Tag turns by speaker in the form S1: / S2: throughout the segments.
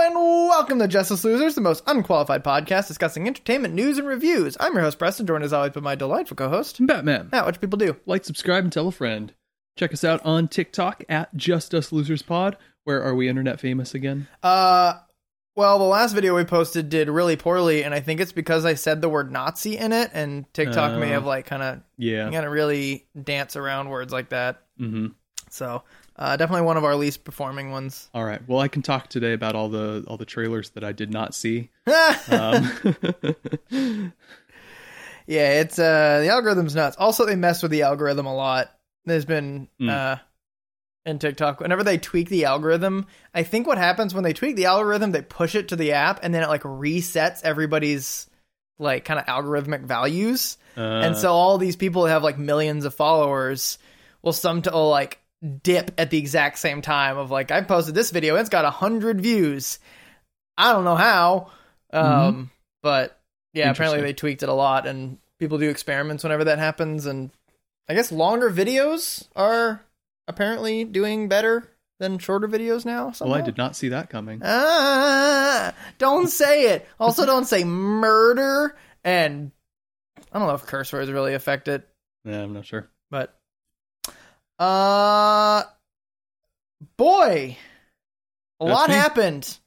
S1: Welcome to Justice Losers, the most unqualified podcast discussing entertainment news and reviews. I'm your host, Preston, joined as always by my delightful co host,
S2: Batman.
S1: Matt. What do people do?
S2: Like, subscribe, and tell a friend. Check us out on TikTok at Just Us Losers Pod. Where are we internet famous again?
S1: Uh, well, the last video we posted did really poorly, and I think it's because I said the word Nazi in it, and TikTok may
S2: Oh.
S1: have like kind of
S2: Yeah.
S1: kind of really dance around words like that.
S2: Mm-hmm.
S1: So, uh, definitely one of our least performing ones.
S2: All right. Well, I can talk today about all the all the trailers that I did not see.
S1: yeah,
S2: Um,
S1: it's uh, the algorithm's nuts. Also, they mess with the algorithm a lot. There's been
S2: Mm.
S1: uh, in TikTok whenever they tweak the algorithm. I think what happens when they tweak the algorithm, they push it to the app, and then it like resets everybody's like kind of algorithmic values. and so all these people that have like millions of followers will some will like dip at the exact same time of like I posted this video it's got a hundred views. I don't know how, um, but yeah, apparently
S2: Interesting.
S1: they tweaked it a lot, and people do experiments whenever that happens, and I guess longer videos are apparently doing better than shorter videos now.
S2: well,
S1: Somehow.
S2: I did not see that coming.
S1: Ah, don't say it. Also, don't say murder. And I don't know if curse words really affect it,
S2: Yeah, I'm not sure.
S1: but uh, boy, a
S2: That's
S1: lot
S2: me.
S1: happened.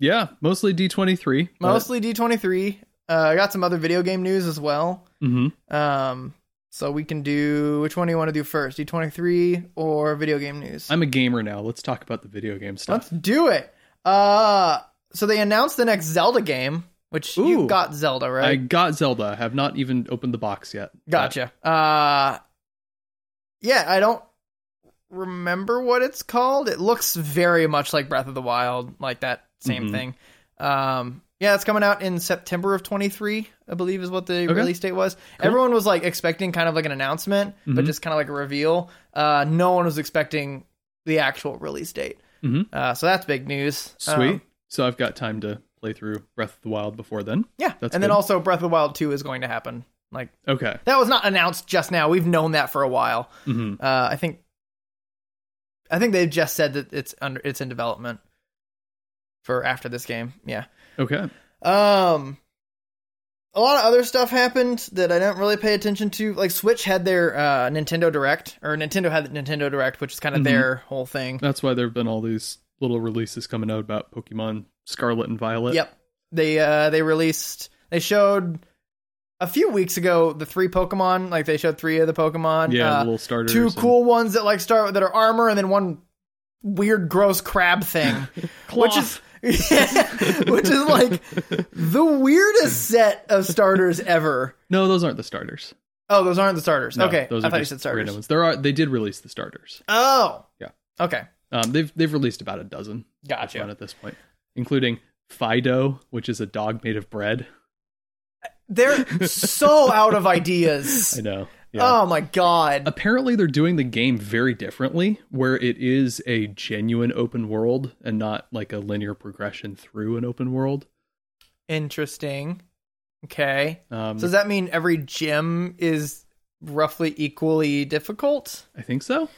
S2: Yeah, mostly D23. but-
S1: Mostly D twenty three. I got some other video game news as well.
S2: Mhm.
S1: Um, so we can do which one do you want to do first, D twenty three or video game news?
S2: I'm a gamer now. Let's talk about the video game
S1: Let's
S2: stuff.
S1: do it. Uh, so they announced the next Zelda game, which you
S2: Ooh.
S1: got Zelda right.
S2: I got Zelda. I have not even opened the box yet.
S1: Gotcha. Uh Yeah, I don't remember what it's called. It looks very much like Breath of the Wild, like that same
S2: Mhm.
S1: thing. Um yeah, it's coming out in September of 23, I believe is what the
S2: Okay.
S1: release date was. Everyone was like expecting kind of like an announcement, but
S2: Mhm.
S1: just kind of like a reveal. Uh no one was expecting the actual release date.
S2: Mhm.
S1: Uh so that's big news. Um,
S2: Sweet. so I've got time to play through Breath of the Wild before then.
S1: yeah.
S2: That's
S1: and then
S2: good.
S1: also Breath of the Wild 2 is going to happen. Like
S2: Okay.
S1: that was not announced just now. We've known that for a while.
S2: hmm
S1: Uh, I think I think they've just said that it's under it's in development for after this game. Yeah.
S2: Okay.
S1: Um a lot of other stuff happened that I didn't really pay attention to. Like Switch had their uh, Nintendo Direct, or Nintendo had the Nintendo Direct, which is kind of
S2: Mhm.
S1: their whole thing.
S2: That's why there have been all these little releases coming out about Pokemon Scarlet and Violet.
S1: Yep. They uh they released they showed a few weeks ago the three Pokemon. Like they showed three of the Pokemon.
S2: Yeah, the
S1: Uh,
S2: little starters.
S1: two
S2: and
S1: cool ones that like start that are armor and then one weird gross crab thing which is which is like the weirdest set of starters ever
S2: No, those aren't the starters.
S1: oh those aren't the starters
S2: No,
S1: okay
S2: those
S1: i
S2: are
S1: thought you
S2: just
S1: said starters
S2: random ones. There are. They did release the starters.
S1: oh
S2: Yeah.
S1: okay
S2: Um, they've they've released about a dozen
S1: gotcha
S2: Pokemon at this point, including Fido, which is a dog made of bread.
S1: they're so out of ideas
S2: I know.
S1: oh my god
S2: apparently they're doing the game very differently where it is a genuine open world and not like a linear progression through an open world
S1: interesting okay
S2: um,
S1: so does that mean every gym is roughly equally difficult
S2: i think so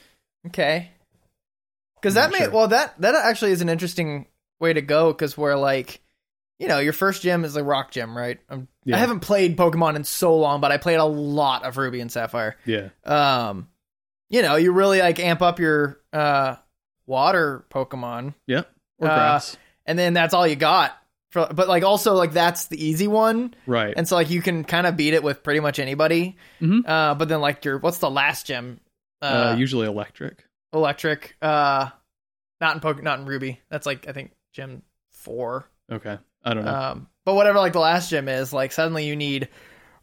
S1: Okay. Because that
S2: I'm not
S1: may
S2: sure.
S1: well that that actually is an interesting way to go because we're like, you know, your first gym is a rock gym, right? I'm,
S2: Yeah.
S1: I haven't played Pokemon in so long, but I played a lot of Ruby and Sapphire.
S2: yeah
S1: Um, you know, you really like amp up your uh water Pokemon,
S2: yeah or
S1: Uh,
S2: grass
S1: and then that's all you got. For, but like also like that's the easy one,
S2: right
S1: and so like you can kind of beat it with pretty much anybody.
S2: Mhm.
S1: Uh, but then like your what's the last gym?
S2: uh, usually electric
S1: electric uh not in poke not in ruby that's like i think gym four
S2: okay i don't know
S1: um but whatever like the last gym is like suddenly you need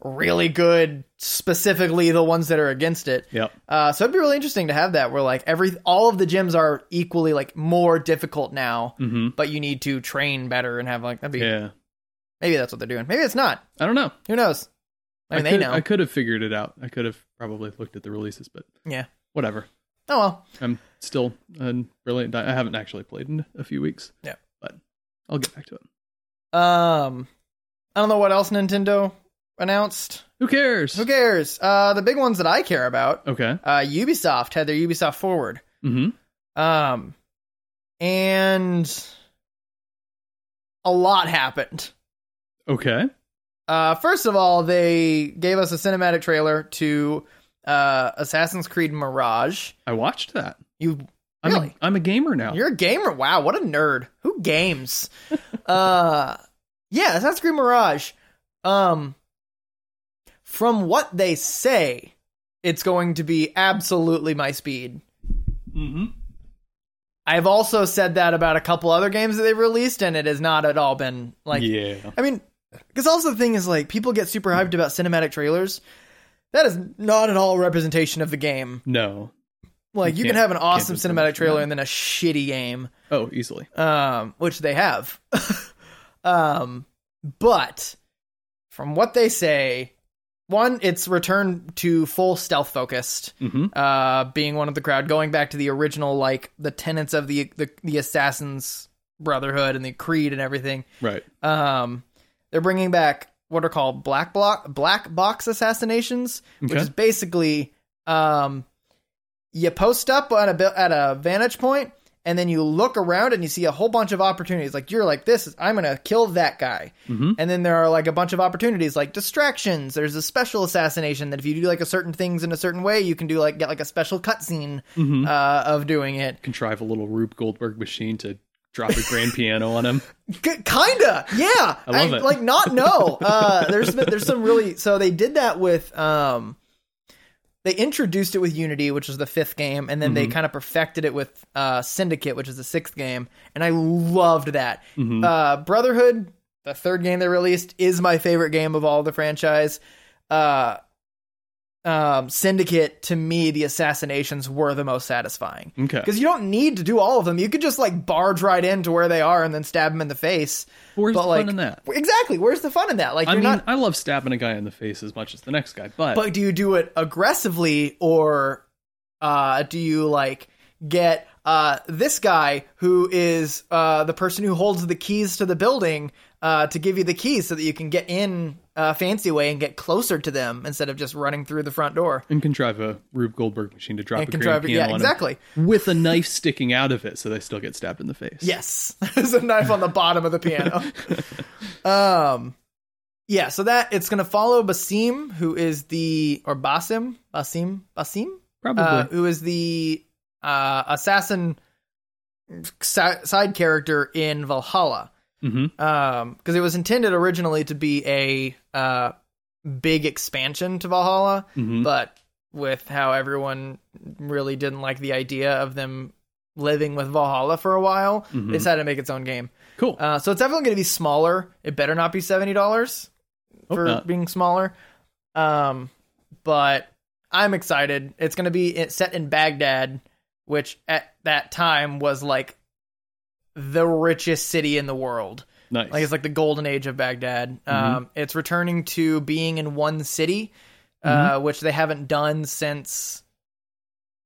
S1: really good specifically the ones that are against it
S2: yep
S1: uh so it'd be really interesting to have that where like every all of the gyms are equally like more difficult now
S2: hmm
S1: but you need to train better and have like that'd be
S2: yeah
S1: maybe that's what they're doing maybe it's not
S2: i don't know
S1: who knows i mean
S2: could,
S1: they know
S2: i could have figured it out i could have probably looked at the releases but
S1: Yeah.
S2: whatever
S1: oh well
S2: i'm still a brilliant i haven't actually played in a few weeks
S1: Yeah.
S2: but i'll get back to it
S1: um i don't know what else nintendo announced
S2: who cares
S1: who cares uh the big ones that i care about
S2: okay
S1: uh, Ubisoft had their Ubisoft Forward,
S2: mm-hmm
S1: um, and a lot happened.
S2: Okay.
S1: Uh, first of all, they gave us a cinematic trailer to uh, Assassin's Creed Mirage.
S2: I watched that.
S1: You
S2: I'm
S1: Really?
S2: a, I'm a gamer now.
S1: You're a gamer. Wow, what a nerd. Who games? uh yeah, Assassin's Creed Mirage. Um from what they say, it's going to be absolutely my speed.
S2: mm-hmm.
S1: I've also said that about a couple other games that they've released, and it has not at all been like
S2: yeah.
S1: I mean, because also the thing is like people get super hyped about cinematic trailers. That is not at all a representation of the game.
S2: No.
S1: Like you,
S2: You
S1: can
S2: can't-
S1: have an
S2: can't
S1: awesome
S2: just-
S1: cinematic trailer and then a shitty game.
S2: Oh, easily.
S1: um, which they have. um, but from what they say, one, it's returned to full stealth focused,
S2: Mm-hmm.
S1: uh, being one of the crowd, going back to the original, like the tenets of the the, the Assassins Brotherhood and the Creed and everything.
S2: Right.
S1: Um, they're bringing back what are called black block black box assassinations, which
S2: Okay.
S1: is basically um, you post up at a bu- at a vantage point, and then you look around and you see a whole bunch of opportunities. Like you're like this, is, I'm gonna kill that guy,
S2: Mm-hmm.
S1: and then there are like a bunch of opportunities like distractions. There's a special assassination that if you do like a certain things in a certain way, you can do like get like a special cutscene
S2: Mm-hmm.
S1: uh, of doing it.
S2: Contrive a little Rube Goldberg machine to drop a grand piano on him.
S1: K- kinda, yeah.
S2: I love it.
S1: Like not no. Uh, there's been- there's some really so they did that with um, they introduced it with Unity, which was the fifth game, and then they
S2: Mm-hmm.
S1: kind of perfected it with uh Syndicate, which is the sixth game, and I loved that.
S2: Mhm.
S1: Uh, Brotherhood, the third game they released, is my favorite game of all the franchise. Uh, um, Syndicate to me, the assassinations were the most satisfying
S2: Okay.
S1: because you don't need to do all of them. You could just like barge right into where they are and then stab them in the face.
S2: Where's
S1: but,
S2: the
S1: like,
S2: fun in that?
S1: Exactly. Where's the fun in that? Like
S2: I
S1: you're
S2: mean,
S1: not.
S2: I love stabbing a guy in the face as much as the next guy, but,
S1: But do you do it aggressively or uh, do you like get uh, this guy who is uh, the person who holds the keys to the building uh, to give you the keys so that you can get in a fancy way and get closer to them instead of just running through the front door
S2: and contrive a Rube Goldberg machine to drop
S1: and
S2: a grand
S1: contrive?
S2: piano
S1: Yeah,
S2: on
S1: exactly.
S2: him with a knife sticking out of it, so they still get stabbed in the face.
S1: Yes, there's a knife on the bottom of the piano. um, yeah. So that it's gonna follow Basim, who is the or Basim, Basim, Basim,
S2: probably.
S1: uh, who is the uh, assassin si- side character in Valhalla.
S2: mm-hmm.
S1: Um, because it was intended originally to be a uh big expansion to Valhalla,
S2: Mm-hmm.
S1: but with how everyone really didn't like the idea of them living with Valhalla for a while,
S2: Mhm.
S1: they decided to make its own game.
S2: Cool.
S1: Uh, so it's definitely going to be smaller. It better not be seventy dollars
S2: Hope
S1: for
S2: not.
S1: being smaller. Um, but I'm excited. It's going to be it- set in Baghdad, which at that time was like the richest city in the world.
S2: nice.
S1: Like it's like the golden age of Baghdad.
S2: Mm-hmm.
S1: Um, it's returning to being in one city, uh,
S2: Mm-hmm.
S1: which they haven't done since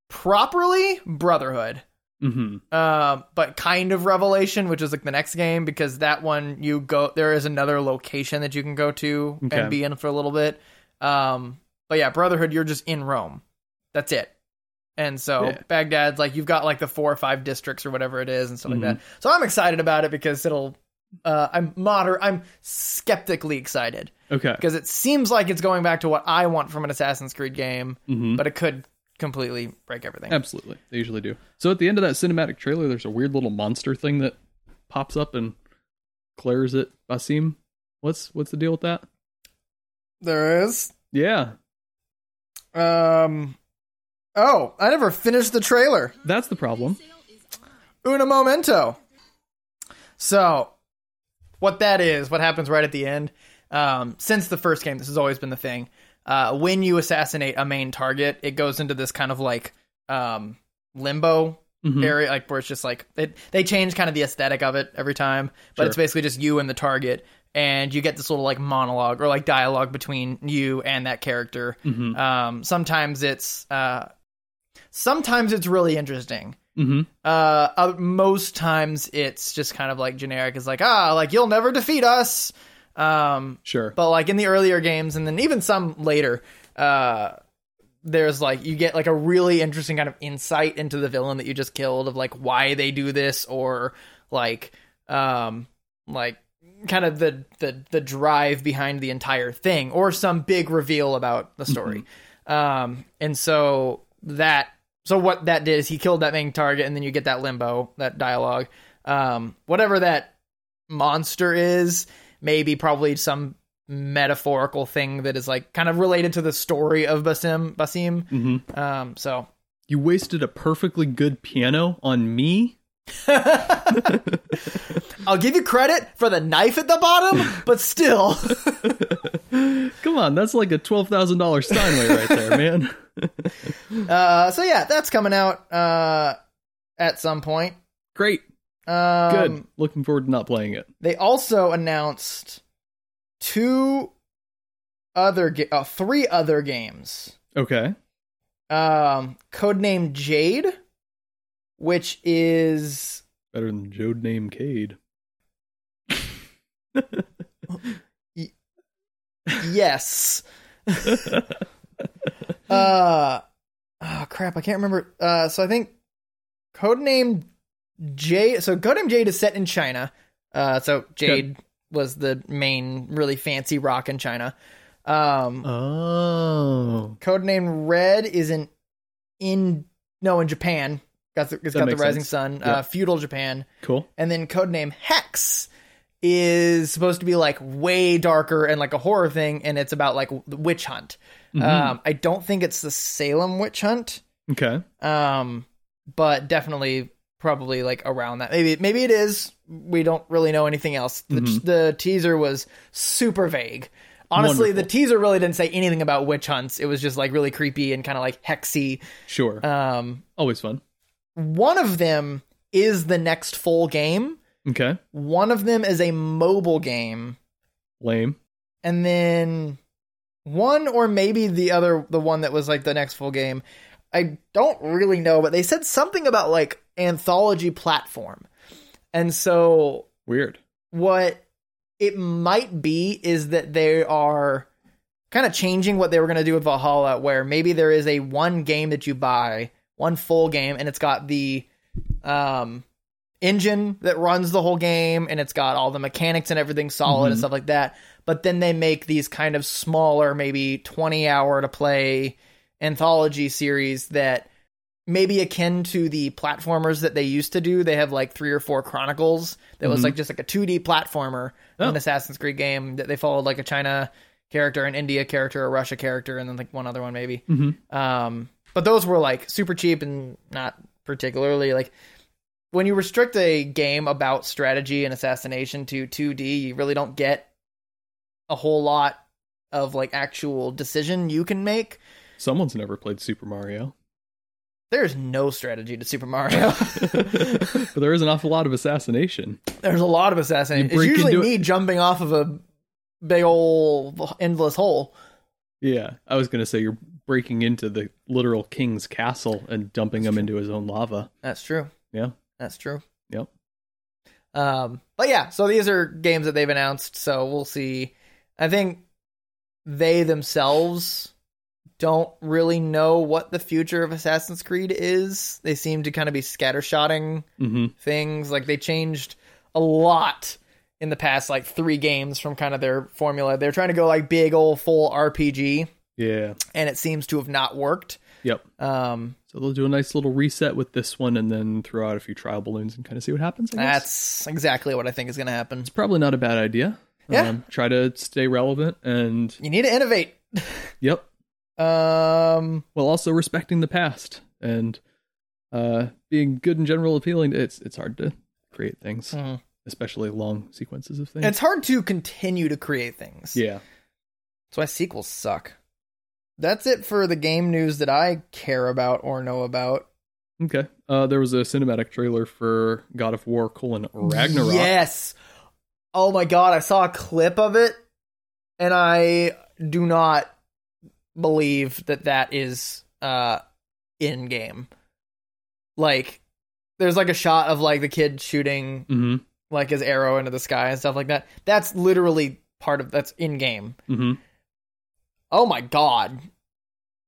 S1: properly Brotherhood
S2: mm-hmm.
S1: um, but kind of Revelation, which is like the next game, because that one you go there is another location that you can go to
S2: Okay.
S1: and be in for a little bit. Um, but yeah, Brotherhood, you're just in Rome. That's it. And so
S2: Yeah.
S1: Baghdad's like you've got like the four or five districts or whatever it is and stuff
S2: Mhm.
S1: like that. So I'm excited about it because it'll. Uh, I'm moder. I'm skeptically excited
S2: Okay.
S1: because it seems like it's going back to what I want from an Assassin's Creed game,
S2: Mm-hmm.
S1: but it could completely break everything.
S2: Absolutely. They usually do. So at the end of that cinematic trailer, there's a weird little monster thing that pops up and glares at Basim. What's what's the deal with that?
S1: There is
S2: Yeah.
S1: Um. Oh, I never finished the trailer.
S2: That's the problem.
S1: Una momento. So, what that is, what happens right at the end? Um, since the first game, this has always been the thing. Uh, when you assassinate a main target, it goes into this kind of like um limbo
S2: Mhm.
S1: area, like where it's just like it, they change kind of the aesthetic of it every time, but
S2: Sure.
S1: it's basically just you and the target, and you get this little like monologue or like dialogue between you and that character.
S2: Mm-hmm.
S1: Um, sometimes it's uh, sometimes it's really interesting.
S2: Mm-hmm.
S1: Uh, uh, most times it's just kind of like generic. It's like ah, like you'll never defeat us. Um,
S2: Sure.
S1: but like in the earlier games, and then even some later, uh, there's like you get like a really interesting kind of insight into the villain that you just killed of like why they do this or like um like kind of the the the drive behind the entire thing or some big reveal about the story. Um, and so that so what that did is he killed that main target and then you get that limbo, that dialogue. Um, whatever that monster is, maybe probably some metaphorical thing that is like kind of related to the story of Basim Basim.
S2: hmm
S1: Um, so
S2: You wasted a perfectly good piano on me.
S1: I'll give you credit for the knife at the bottom, but still
S2: Come on, that's like a twelve thousand dollar Steinway right there, man.
S1: Uh, so yeah, that's coming out uh, at some point.
S2: Great,
S1: Um,
S2: good. Looking forward to not playing it.
S1: They also announced two other, ga- uh, three other games.
S2: Okay.
S1: Um, codename Jade, which is
S2: Better than Jode Name Cade.
S1: yes. uh, oh crap, I can't remember. Uh, so I think codename Jade. So codename Jade is set in China. Uh, so Jade was the main really fancy rock in China. Um,
S2: Oh.
S1: codename Red is in in no in Japan. Got the, it's
S2: That
S1: got the
S2: makes
S1: Rising
S2: sense.
S1: Sun,
S2: Yeah.
S1: uh, feudal Japan,
S2: Cool.
S1: and then codename Hex is supposed to be like way darker and like a horror thing, and it's about like w- the witch hunt. Um, I don't think it's the Salem witch hunt,
S2: okay.
S1: um, but definitely probably like around that. Maybe maybe it is. We don't really know anything else. The,
S2: Mhm.
S1: the teaser was super vague. Honestly, the
S2: Wonderful.
S1: teaser really didn't say anything about witch hunts. It was just like really creepy and kind of like hexy.
S2: Sure.
S1: Um,
S2: Always fun.
S1: one of them is the next full game.
S2: Okay.
S1: One of them is a mobile game.
S2: Lame.
S1: and then one or maybe the other the one that was like the next full game i don't really know but they said something about like anthology platform and so
S2: Weird.
S1: what it might be is that they are kind of changing what they were going to do with Valhalla, where maybe there is a one game that you buy, one full game, and it's got the um, engine that runs the whole game, and it's got all the mechanics and everything solid and
S2: Mhm.
S1: stuff like that. But then they make these kind of smaller, maybe 20 hour to play anthology series that maybe akin to the platformers that they used to do. They have like three or four chronicles that was
S2: Mhm.
S1: like just like a 2D platformer,
S2: Oh.
S1: an Assassin's Creed game that they followed like a China character, an India character, a Russia character, and then like one other one maybe.
S2: Mm-hmm.
S1: Um, but those were like super cheap and not particularly like when you restrict a game about strategy and assassination to 2D, you really don't get a whole lot of like actual decision you can make.
S2: Someone's never played Super Mario.
S1: There's no strategy to Super Mario.
S2: but there is an awful lot of assassination.
S1: There's a lot of assassination.
S2: You
S1: It's
S2: break
S1: usually
S2: into it-
S1: me jumping off of a big old endless hole.
S2: Yeah. I was going to say you're breaking into the literal king's castle and dumping him into his own lava.
S1: That's true.
S2: Yeah.
S1: That's true.
S2: Yep.
S1: Um, but yeah, so these are games that they've announced, so we'll see. I think they themselves don't really know what the future of Assassin's Creed is. They seem to kind of be scattershotting
S2: Mm-hmm.
S1: things. Like they changed a lot in the past like three games from kind of their formula. They're trying to go like big old full RPG,
S2: Yeah.
S1: and it seems to have not worked.
S2: Yep.
S1: Um,
S2: So they'll do a nice little reset with this one and then throw out a few trial balloons and kind of see what happens. I guess.
S1: that's exactly what I think is going to happen.
S2: probably not a bad idea. Um,
S1: Yeah.
S2: try to stay relevant and
S1: you need to innovate.
S2: yep,
S1: Um,
S2: while also respecting the past and uh, being good and general appealing. It's it's hard to create things,
S1: Mhm.
S2: especially long sequences of things.
S1: it's hard to continue to create things.
S2: yeah,
S1: That's why sequels suck. That's it for the game news that I care about or know about.
S2: okay. Uh, there was a cinematic trailer for God of War: colon, Ragnarok.
S1: Yes. Oh my god, I saw a clip of it, and I do not believe that that is uh in game. Like, there's like a shot of like the kid shooting
S2: Mm-hmm.
S1: like his arrow into the sky and stuff like that. That's literally part of that's in game.
S2: Mm-hmm.
S1: oh my god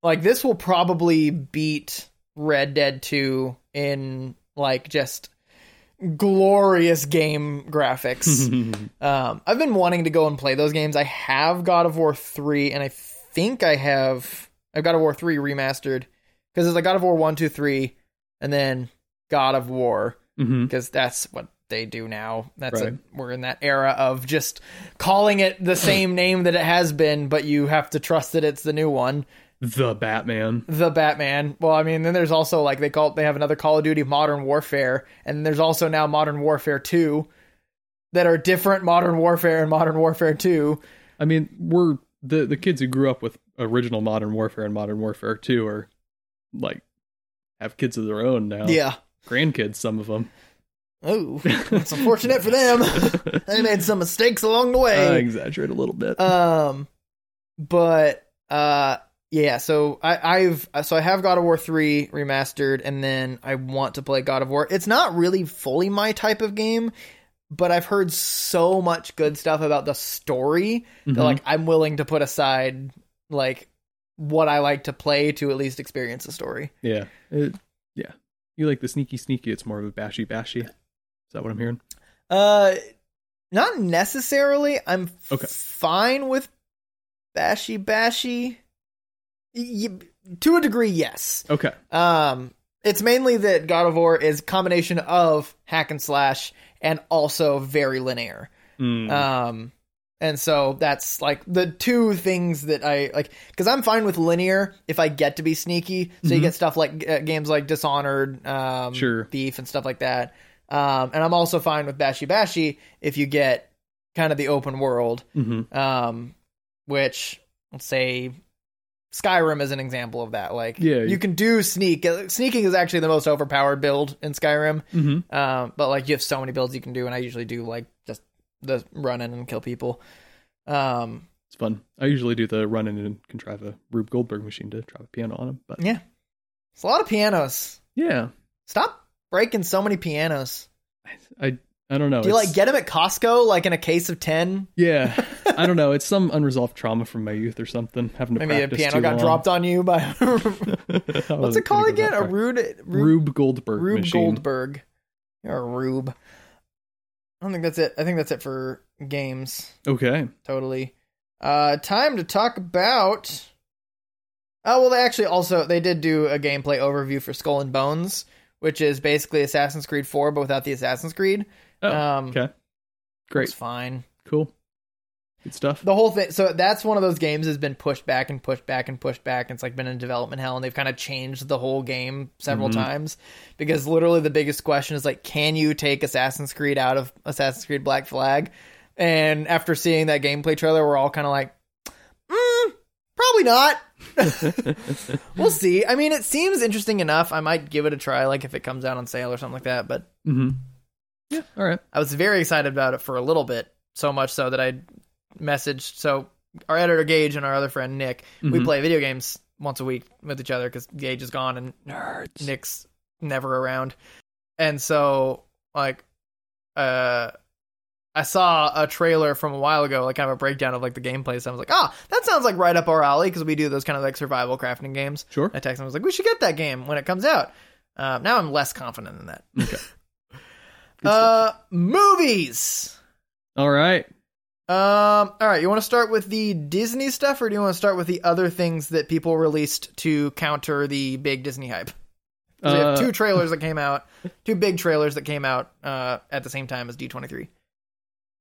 S1: like this will probably beat red dead 2 in like just glorious game graphics.
S2: Mm-hmm.
S1: um, I've been wanting to go and play those games. I have God of War three, and I think I have I've God of War three remastered because it's like God of War one, two, three, and then God of War
S2: hmm
S1: because that's what they do now. That's
S2: Right.
S1: a, we're in that era of just calling it the same name that it has been, but you have to trust that it's the new one,
S2: The Batman.
S1: the Batman. Well, I mean, then there's also like they call they have another Call of Duty Modern Warfare, and there's also now Modern Warfare Two that are different Modern Warfare and Modern Warfare Two.
S2: I mean, we're the the kids who grew up with original Modern Warfare and Modern Warfare Two are like have kids of their own now.
S1: Yeah.
S2: grandkids, some of them.
S1: Oh, it's unfortunate for them. they made some mistakes along the way.
S2: I exaggerate a little bit.
S1: um but uh yeah so i i've so i have god of war 3 remastered and then i want to play god of war it's not really fully my type of game but i've heard so much good stuff about the story that
S2: Mhm.
S1: like i'm willing to put aside like what i like to play to at least experience the story
S2: yeah, It- yeah. You like the sneaky sneaky? It's more of a bashy bashy. Is that what I'm hearing?
S1: uh not necessarily i'm f-
S2: Okay.
S1: fine with bashy bashy Y- y- to a degree yes
S2: Okay.
S1: Um, it's mainly that God of War is a combination of hack and slash and also very linear.
S2: Mm.
S1: Um, and so that's like the two things that I like because I'm fine with linear if I get to be sneaky. So you
S2: Mhm.
S1: get stuff like uh, games like Dishonored, um,
S2: Sure.
S1: Thief, and stuff like that. Um, and I'm also fine with Bashy Bashy if you get kind of the open world
S2: Mhm.
S1: um, which let's say Skyrim is an example of that. Like,
S2: Yeah.
S1: you can do sneak. uh, Sneaking is actually the most overpowered build in Skyrim,
S2: Mhm.
S1: um, but like you have so many builds you can do, and I usually do like just the run in and kill people. Um,
S2: It's fun. I usually do the run in and contrive a Rube Goldberg machine to drive a piano on him, but
S1: Yeah. it's a lot of pianos.
S2: yeah,
S1: Stop breaking so many pianos.
S2: I I, I don't know.
S1: Do you
S2: Oh, It's-
S1: like get them at Costco, like in a case of ten?
S2: Yeah, I don't know. It's some unresolved trauma from my youth or something. Having to
S1: Maybe a
S2: practice
S1: piano
S2: too
S1: got
S2: long.
S1: dropped on you by
S2: I
S1: what's
S2: wasn't
S1: it called
S2: gonna go
S1: again?
S2: that
S1: A
S2: far.
S1: rude, rude
S2: Rube Goldberg
S1: Rube
S2: machine.
S1: Goldberg. You're a Rube. I don't think that's it. I think that's it for games.
S2: Okay.
S1: Totally. Uh, time to talk about. Oh well, they actually also they did do a gameplay overview for Skull and Bones, which is basically Assassin's Creed Four but without the Assassin's Creed.
S2: Oh,
S1: um,
S2: okay. Great.
S1: It's fine.
S2: Cool. Good stuff.
S1: The whole thing. So that's one of those games has been pushed back and pushed back and pushed back. And it's like been in development hell, and they've kind of changed the whole game several
S2: Mhm.
S1: times because literally the biggest question is like, can you take Assassin's Creed out of Assassin's Creed Black Flag? And after seeing that gameplay trailer, we're all kind of like, mm, probably not. We'll see. I mean, it seems interesting enough. I might give it a try, like if it comes out on sale or something like that. But
S2: hmm Yeah. All right.
S1: I was very excited about it for a little bit, so much so that I messaged. So our editor Gage and our other friend Nick, we
S2: Mhm.
S1: play video games once a week with each other because Gage is gone and
S2: Nerds.
S1: Nick's never around, and so like, uh. I saw a trailer from a while ago, like kind of a breakdown of like the gameplay. So I was like, ah, that sounds like right up our alley because we do those kind of like survival crafting games.
S2: Sure.
S1: I texted him. I was like, we should get that game when it comes out. Uh, now I'm less confident in that.
S2: Okay. Good
S1: uh, movies.
S2: All right.
S1: Um, all right. You want to start with the Disney stuff, or do you want to start with the other things that people released to counter the big Disney hype? 'Cause we
S2: Uh,
S1: have two trailers that came out, two big trailers that came out uh, at the same time as D23.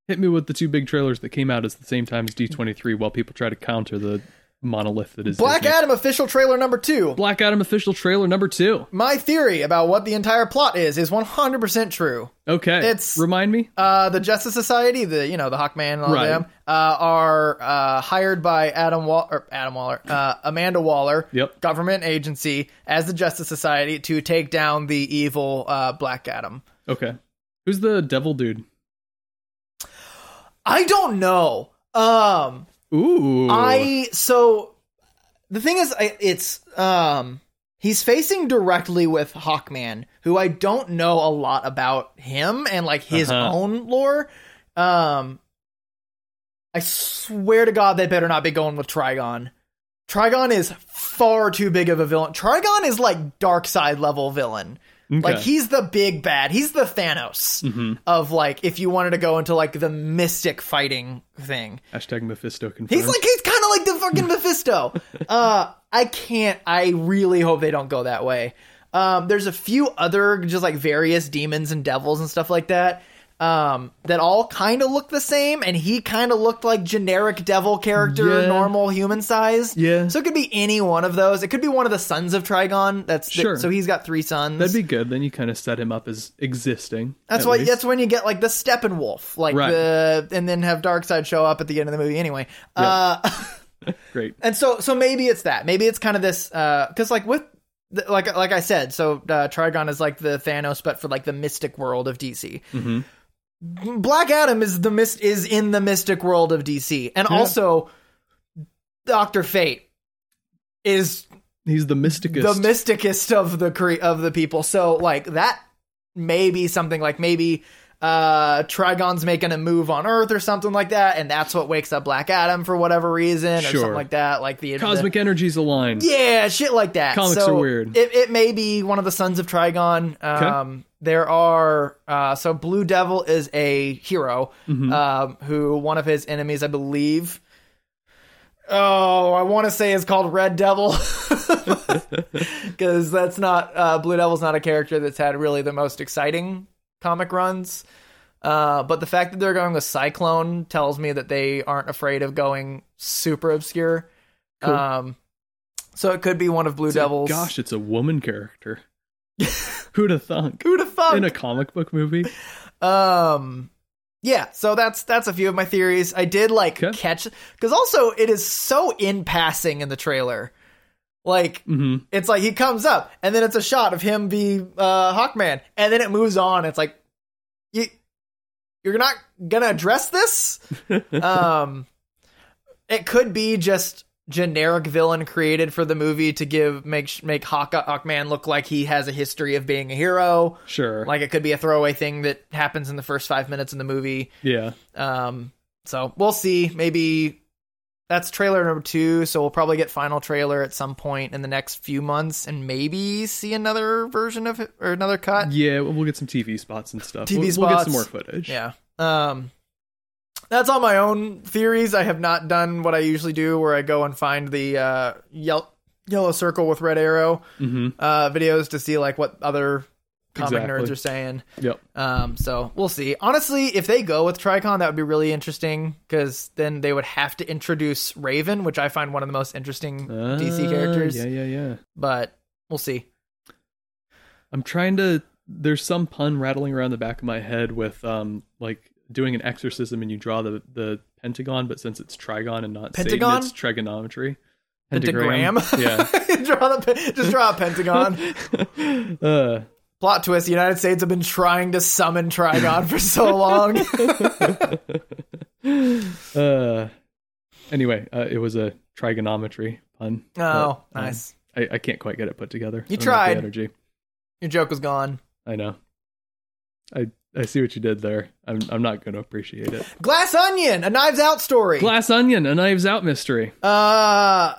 S2: Hit me with the two big trailers that came out at the same time as D23 while people try to counter the monolith that is
S1: Black
S2: Disney.
S1: Adam official trailer number two.
S2: Black Adam official trailer number two.
S1: My theory about what the entire plot is is 100% true.
S2: Okay.
S1: It's-
S2: Remind me.
S1: Uh, the Justice Society, the you know the Hawkman and all
S2: Right.
S1: them, uh, are uh, hired by Adam Wall or Adam Waller, uh, Amanda Waller,
S2: Yep.
S1: government agency as the Justice Society to take down the evil uh, Black Adam.
S2: Okay. Who's the devil dude?
S1: I don't know. Um,
S2: Ooh.
S1: I so the thing is, I, it's um, he's facing directly with Hawkman, who I don't know a lot about him and like his
S2: Uh-huh.
S1: own lore. Um, I swear to God, they better not be going with Trigon. Trigon is far too big of a villain. Trigon is like dark side level villain. Like he's the big bad. He's the Thanos of like if you wanted to go into like the mystic fighting thing.
S2: Hashtag Mephisto confirmed.
S1: He's like he's kind of like the fucking Mephisto. Uh, I can't. I really hope they don't go that way. Um, there's a few other just like various demons and devils and stuff like that um, that all kind of look the same, and he kind of looked like generic devil character,
S2: Yeah.
S1: normal human size.
S2: Yeah.
S1: So it could be any one of those. It could be one of the sons of Trigon. That's
S2: Sure.
S1: so he's got three sons.
S2: That'd be good. Then you kind of set him up as existing.
S1: That's
S2: at
S1: why.
S2: least.
S1: That's when you get like the Steppenwolf, like
S2: Right.
S1: the, and then have Darkseid show up at the end of the movie anyway. Uh,
S2: great.
S1: and so, so maybe it's that. Maybe it's kind of this, because like with, the, like like I said, so uh, Trigon is like the Thanos, but for like the mystic world of DC.
S2: Mhm.
S1: Black Adam is the mist is in the mystic world of DC, and also Doctor Fate is
S2: He's the mysticus.
S1: the mysticist of the cre- of the people. So like that may be something like maybe uh Trigon's making a move on Earth or something like that, and that's what wakes up Black Adam for whatever reason or something
S2: Sure.
S1: like that. Like the
S2: Cosmic energies aligned.
S1: the- yeah, shit like that.
S2: Comics
S1: So
S2: are weird.
S1: It, it may be one of the sons of Trigon. Um, There are uh, so Blue Devil is a hero
S2: Mm-hmm.
S1: um, who one of his enemies, I believe. Oh, I want to say is called Red Devil. because that's not uh, Blue Devil's not a character that's had really the most exciting comic runs. Uh, but the fact that they're going with Cyclone tells me that they aren't afraid of going super obscure.
S2: Cool.
S1: Um, so it could be one of Blue Devil's.
S2: Gosh, it's a woman character. Who'd have thunk?
S1: who the fuck?
S2: In a comic book movie?
S1: Um, yeah. So that's that's a few of my theories. I did like
S2: Okay.
S1: catch because also it is so in passing in the trailer. Like
S2: Mm-hmm.
S1: It's like he comes up, and then it's a shot of him be uh, Hawkman, and then it moves on. It's like you you're not gonna address this. um, it could be just generic villain created for the movie to give make make Hawk Hawkman look like he has a history of being a hero.
S2: Sure.
S1: Like it could be a throwaway thing that happens in the first five minutes in the movie.
S2: yeah.
S1: Um, so we'll see. Maybe that's trailer number two. So we'll probably get final trailer at some point in the next few months, and maybe see another version of it or another cut.
S2: Yeah, we'll we'll get some TV spots and stuff.
S1: TV
S2: we'll, we'll get
S1: spots.
S2: some more footage.
S1: Yeah. Um, that's all my own theories. I have not done what I usually do, where I go and find the uh, yel- yellow circle with red arrow
S2: Mm-hmm.
S1: uh, videos to see like what other comic
S2: Exactly.
S1: nerds are saying.
S2: Yep.
S1: Um, so we'll see. Honestly, if they go with Tricon, that would be really interesting because then they would have to introduce Raven, which I find one of the most interesting DC
S2: Ah,
S1: characters.
S2: Yeah, yeah, yeah.
S1: But we'll see.
S2: I'm trying to. There's some pun rattling around the back of my head with um like doing an exorcism and you draw the the pentagon, but since it's trigon and not
S1: Pentagon?
S2: Satan, it's trigonometry.
S1: Pentagram.
S2: yeah.
S1: draw the pe- just draw a pentagon.
S2: uh,
S1: Plot twist: The United States have been trying to summon Trigon for so long.
S2: uh, anyway, uh, it was a trigonometry pun.
S1: Oh,
S2: but,
S1: nice.
S2: Um, I, I can't quite get it put together.
S1: You
S2: I don't have
S1: tried.
S2: The energy.
S1: Your joke was gone.
S2: I know. I I see what you did there. I'm I'm not going to appreciate it.
S1: Glass Onion, a Knives Out story.
S2: Glass Onion, a Knives Out mystery.
S1: uh,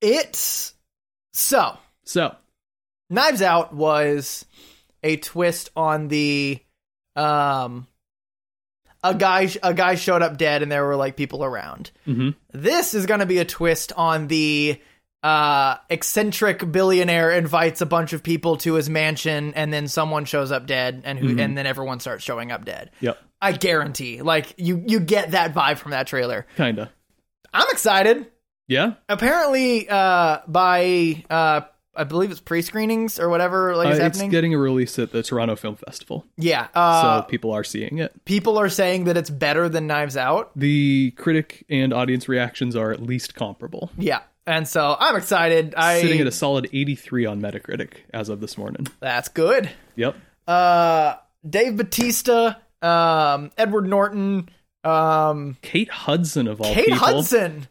S1: it's so.
S2: So
S1: Knives Out was a twist on the um a guy a guy showed up dead and there were like people around.
S2: Mhm.
S1: This is going to be a twist on the uh eccentric billionaire invites a bunch of people to his mansion and then someone shows up dead and who
S2: Mm-hmm.
S1: and then everyone starts showing up dead.
S2: Yep.
S1: I guarantee. Like you you get that vibe from that trailer.
S2: Kinda.
S1: I'm excited
S2: Yeah.
S1: apparently uh by uh I believe it's pre-screenings or whatever like
S2: Uh,
S1: is
S2: it's
S1: happening.
S2: getting a release at the Toronto Film Festival,
S1: yeah. Uh
S2: so people are seeing it.
S1: people are saying that it's better than Knives Out.
S2: The critic and audience reactions are at least comparable,
S1: Yeah. And so I'm excited. I
S2: sitting at a solid 83 on Metacritic as of this morning.
S1: That's good.
S2: Yep.
S1: Uh Dave Batista, um Edward Norton, um
S2: Kate Hudson of all
S1: Kate
S2: people.
S1: Hudson.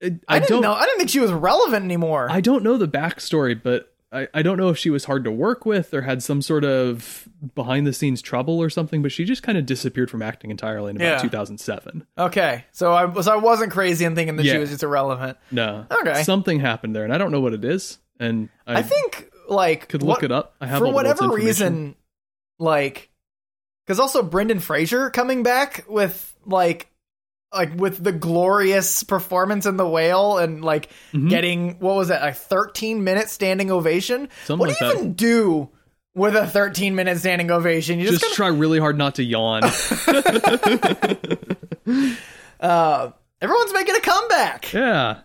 S2: I,
S1: I,
S2: I
S1: didn't
S2: don't
S1: know I didn't think she was relevant anymore.
S2: I don't know the backstory, but I, I don't know if she was hard to work with or had some sort of behind the scenes trouble or something, but she just kind of disappeared from acting entirely in about
S1: Yeah.
S2: 2007.
S1: okay. So I so I wasn't crazy in thinking that she
S2: Yeah.
S1: was just irrelevant.
S2: No.
S1: Okay.
S2: Something happened there, and I don't know what it is. And I,
S1: I think like
S2: Could look
S1: what-
S2: it up. I have
S1: for
S2: all the world's
S1: whatever
S2: information.
S1: reason, like, because also Brendan Fraser coming back with like, like with the glorious performance in the whale and like
S2: Mhm.
S1: getting what was that a thirteen minute standing ovation?
S2: Something
S1: what
S2: like
S1: do you
S2: that.
S1: even do with a thirteen minute standing ovation? You just, kind
S2: Just try really hard not to yawn.
S1: uh, everyone's making a comeback.
S2: yeah.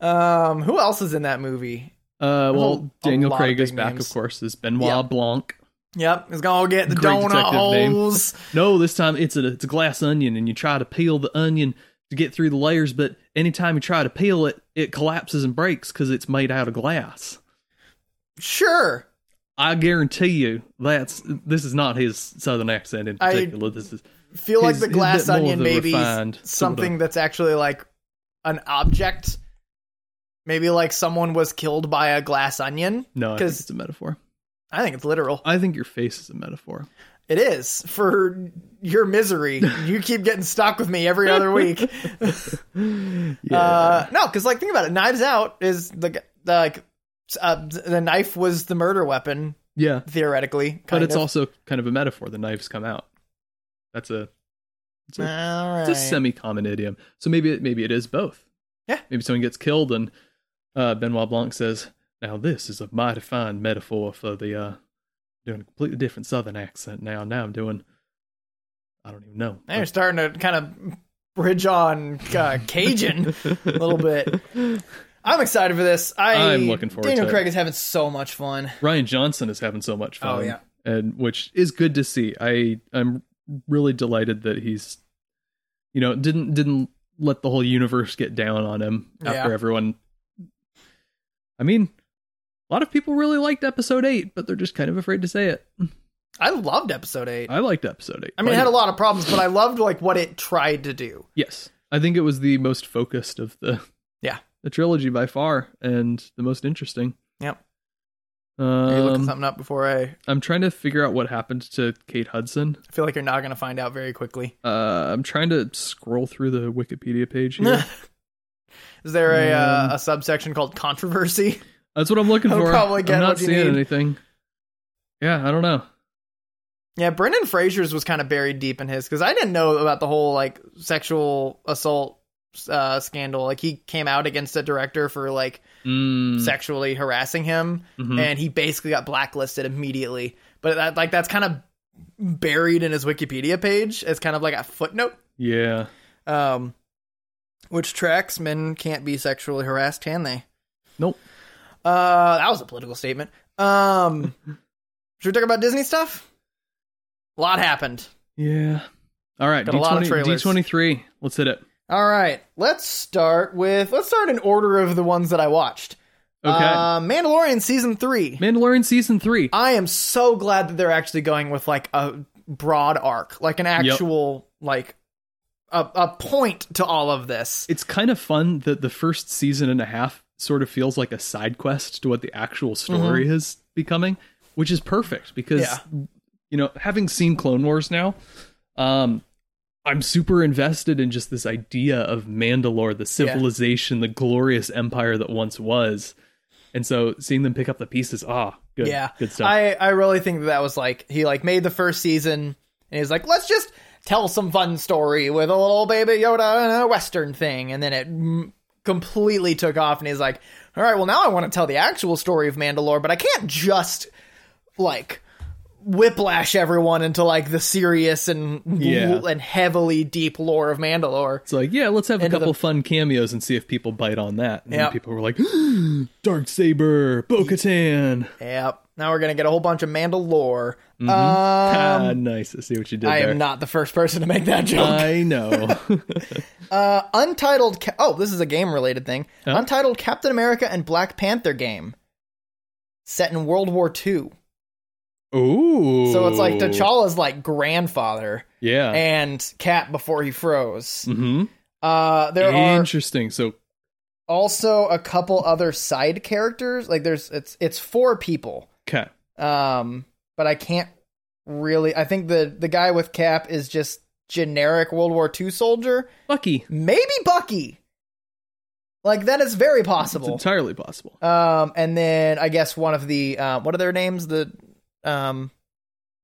S1: Um, who else is in that movie?
S2: Uh, well,
S1: a
S2: Daniel
S1: lot of
S2: Craig is
S1: big
S2: back,
S1: names.
S2: of course. Is Benoit
S1: Yeah.
S2: Blanc.
S1: Yep, it's gonna get the
S2: Great
S1: donut
S2: detective name.
S1: holes.
S2: No, this time it's a it's a glass onion, and you try to peel the onion to get through the layers, but anytime you try to peel it, it collapses and breaks because it's made out of glass.
S1: Sure,
S2: I guarantee you, that's this is not his southern accent in
S1: I-
S2: particular. this is
S1: feel like
S2: He's-
S1: the
S2: he's a
S1: glass
S2: bit more of
S1: onion
S2: the
S1: maybe
S2: refined sort
S1: something
S2: of-
S1: that's actually like an object maybe like someone was killed by a glass onion
S2: no, I think
S1: 'Cause-
S2: it's a metaphor.
S1: i think it's literal
S2: I think your face is a metaphor.
S1: it is for your misery you keep getting stuck with me every other week uh no because like think about it knives out is the g- the, like uh, the knife was the murder weapon
S2: yeah,
S1: theoretically
S2: but
S1: kind
S2: it's
S1: of.
S2: also kind of a metaphor. The knives come out. That's a it's a-
S1: all right
S2: it's a semi-common idiom. So maybe it, maybe it is both.
S1: Yeah.
S2: Maybe someone gets killed and uh, Benoit Blanc says, "Now this is a mighty fine metaphor for the uh, doing a completely different Southern accent. Now now I'm doing, I don't even know.
S1: now you're starting to kind of bridge on uh, cajun
S2: a
S1: little bit. I'm excited for this. I,
S2: I'm looking forward
S1: Daniel
S2: to it.
S1: Craig is having so much fun.
S2: Ryan Johnson is having so much fun.
S1: Oh, yeah.
S2: And which is good to see. I I'm really delighted that he's you know, didn't didn't let the whole universe get down on him after
S1: Yeah.
S2: everyone I mean, a lot of people really liked episode 8, but they're just kind of afraid to say it.
S1: I loved episode eight. I,
S2: I liked episode 8.
S1: mean, it
S2: Like-
S1: had a lot of problems, but I loved like what it tried to do.
S2: Yes. I think it was the most focused of the
S1: Yeah.
S2: the trilogy by far and the most interesting.
S1: Yep. Are you looking
S2: Um,
S1: something up before I? I
S2: I'm trying to figure out what happened to Kate Hudson.
S1: feel like you're not going to find out very quickly.
S2: Uh, I'm trying to scroll through the Wikipedia page here.
S1: Is there a
S2: Um,
S1: uh, a subsection called controversy?
S2: That's what I'm looking
S1: I'll
S2: for.
S1: probably get
S2: I'm not
S1: what you
S2: seeing
S1: need.
S2: anything. Yeah, I don't know.
S1: Yeah, Brendan Fraser's was kind of buried deep in his because I didn't know about the whole like sexual assault uh, scandal. Like he came out against a director for like
S2: Mm,
S1: sexually harassing him.
S2: mhm.
S1: and he basically got blacklisted immediately. But that like that's kind of buried in his Wikipedia page as kind of like a footnote,
S2: yeah,
S1: um, which tracks men can't be sexually harassed, can they?
S2: Nope.
S1: Uh, that was a political statement. Um, should we talk about Disney stuff? A lot happened.
S2: yeah. All right,
S1: Got a lot of
S2: D20,
S1: trailers.
S2: D23. Let's hit it.
S1: All right, let's start with let's start in order of the ones that I watched.
S2: Okay,
S1: uh, Mandalorian season three.
S2: Mandalorian season three.
S1: I am so glad that they're actually going with like a broad arc, like an actual like a a point to all of this.
S2: it's kind of fun that the first season and a half sort of feels like a side quest to what the actual story is becoming, which is perfect because
S1: Mm-hmm. Yeah.
S2: you know, having seen Clone Wars now, um I'm super invested in just this idea of Mandalore, the civilization, the glorious empire that once was. And so seeing them pick up the pieces, ah, good.
S1: yeah,
S2: Good stuff.
S1: I I really think that, that was like he like made the first season and he's like, let's just tell some fun story with a little baby Yoda and a Western thing, and then it. mm, completely took off and he's like all right well now i want to tell the actual story of mandalore but i can't just like whiplash everyone into like the serious and
S2: Yeah.
S1: and heavily deep lore of Mandalore.
S2: it's like, yeah, let's have a
S1: Into the-
S2: couple fun cameos and see if people bite on that. And then
S1: Yeah.
S2: people were like, Dark Saber, Bo Katan.
S1: Yep. Now we're gonna get a whole bunch of Mandalore. Um,
S2: ah, nice. I see what you did
S1: I
S2: Mm-hmm. there.
S1: am not the first person to make that joke.
S2: I know.
S1: Uh, Untitled. Ca- oh, this is a game related thing.
S2: Huh?
S1: Untitled Captain America and Black Panther game set in World War II.
S2: Ooh. Uh-huh.
S1: So it's like T'Challa's like grandfather
S2: Yeah.
S1: and Cap before he froze.
S2: hmm
S1: Uh, there are
S2: Interesting. So
S1: also a couple other side characters. Like there's it's it's four people.
S2: okay.
S1: Um, but I can't really. I think the the guy with cap is just generic World War II soldier.
S2: Bucky.
S1: Maybe Bucky. Like that is very
S2: It's
S1: possible.
S2: entirely possible.
S1: um, and then I guess one of the uh, what are their names? The um,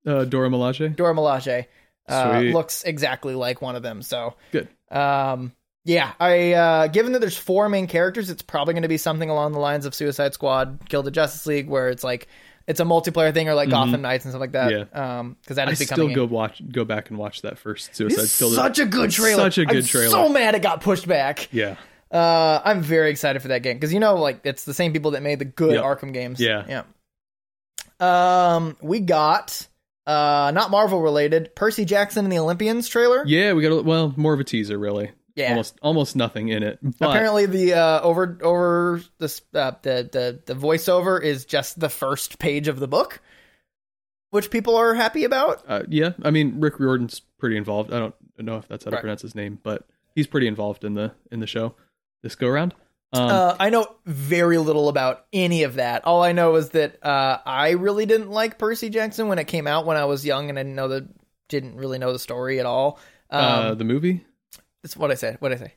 S2: Uh, Dora Milaje.
S1: Dora Milaje uh,
S2: Sweet.
S1: looks exactly like one of them. So
S2: Good.
S1: Um, yeah, I uh, given that there's four main characters, it's probably going to be something along the lines of Suicide Squad, Kill the Justice League, where it's like it's a multiplayer thing or like Gotham Knights and stuff like that.
S2: Mm-hmm. Yeah.
S1: Um, because that
S2: I
S1: is
S2: still
S1: becoming
S2: go watch, go back and watch that first
S1: This
S2: Suicide
S1: is
S2: Squad.
S1: such a good trailer.
S2: Such a
S1: I'm
S2: good trailer.
S1: So mad it got pushed back.
S2: yeah,
S1: Uh, I'm very excited for that game because you know, like it's the same people that made the good
S2: Yep.
S1: Arkham games.
S2: Yeah.
S1: yeah. Um, we got uh not Marvel related Percy Jackson and the Olympians trailer.
S2: yeah. We got a, well more of a teaser, really.
S1: Yeah.
S2: Almost, almost nothing in it. But
S1: Apparently the uh, over over the s- uh, the the the voiceover is just the first page of the book, which people are happy about.
S2: uh, yeah, I mean Rick Riordan's pretty involved. I don't know if that's how to
S1: Right.
S2: pronounce his name, but he's pretty involved in the in the show this go around. Um,
S1: uh, I know very little about any of that. All I know is that uh, I really didn't like Percy Jackson when it came out when I was young and I didn't know the didn't really know the story at all. Um,
S2: uh, the movie.
S1: that's what I said. What I say?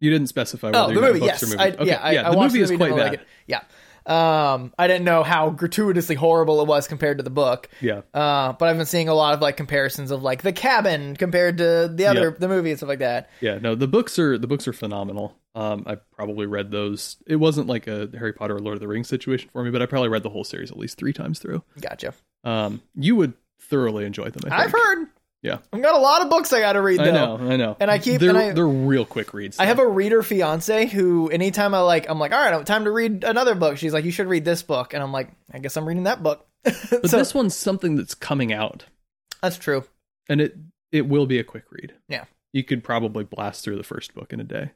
S2: You didn't specify.
S1: Oh,
S2: whether
S1: the
S2: you meant
S1: movie. Yes,
S2: books or movie.
S1: I,
S2: okay.
S1: yeah, I, I
S2: the
S1: watched
S2: movie
S1: the
S2: is
S1: movie.
S2: quite
S1: didn't really Like
S2: bad.
S1: it. Yeah. Um, I didn't know how gratuitously horrible it was compared to the book.
S2: Yeah,
S1: Uh, but I've been seeing a lot of like comparisons of like the cabin compared to the other
S2: Yep.
S1: the movie and stuff like that.
S2: yeah. No, the books are the books are phenomenal. Um, I probably read those. It wasn't like a Harry Potter or Lord of the Rings situation for me, but I probably read the whole series at least three times through.
S1: Gotcha.
S2: Um, you would thoroughly enjoy them. I
S1: I've
S2: think.
S1: heard.
S2: Yeah.
S1: I've got a lot of books I got to read. Though.
S2: I know, I know.
S1: And I keep-
S2: they're
S1: and I-
S2: they're real quick reads.
S1: I have a reader fiance who anytime I like I'm like, all right, time to read another book. She's like, you should read this book, and I'm like, I guess I'm reading that book.
S2: but
S1: so
S2: this one's something that's coming out,
S1: that's true.
S2: and it it will be a quick read.
S1: Yeah.
S2: you could probably blast through the first book in a day.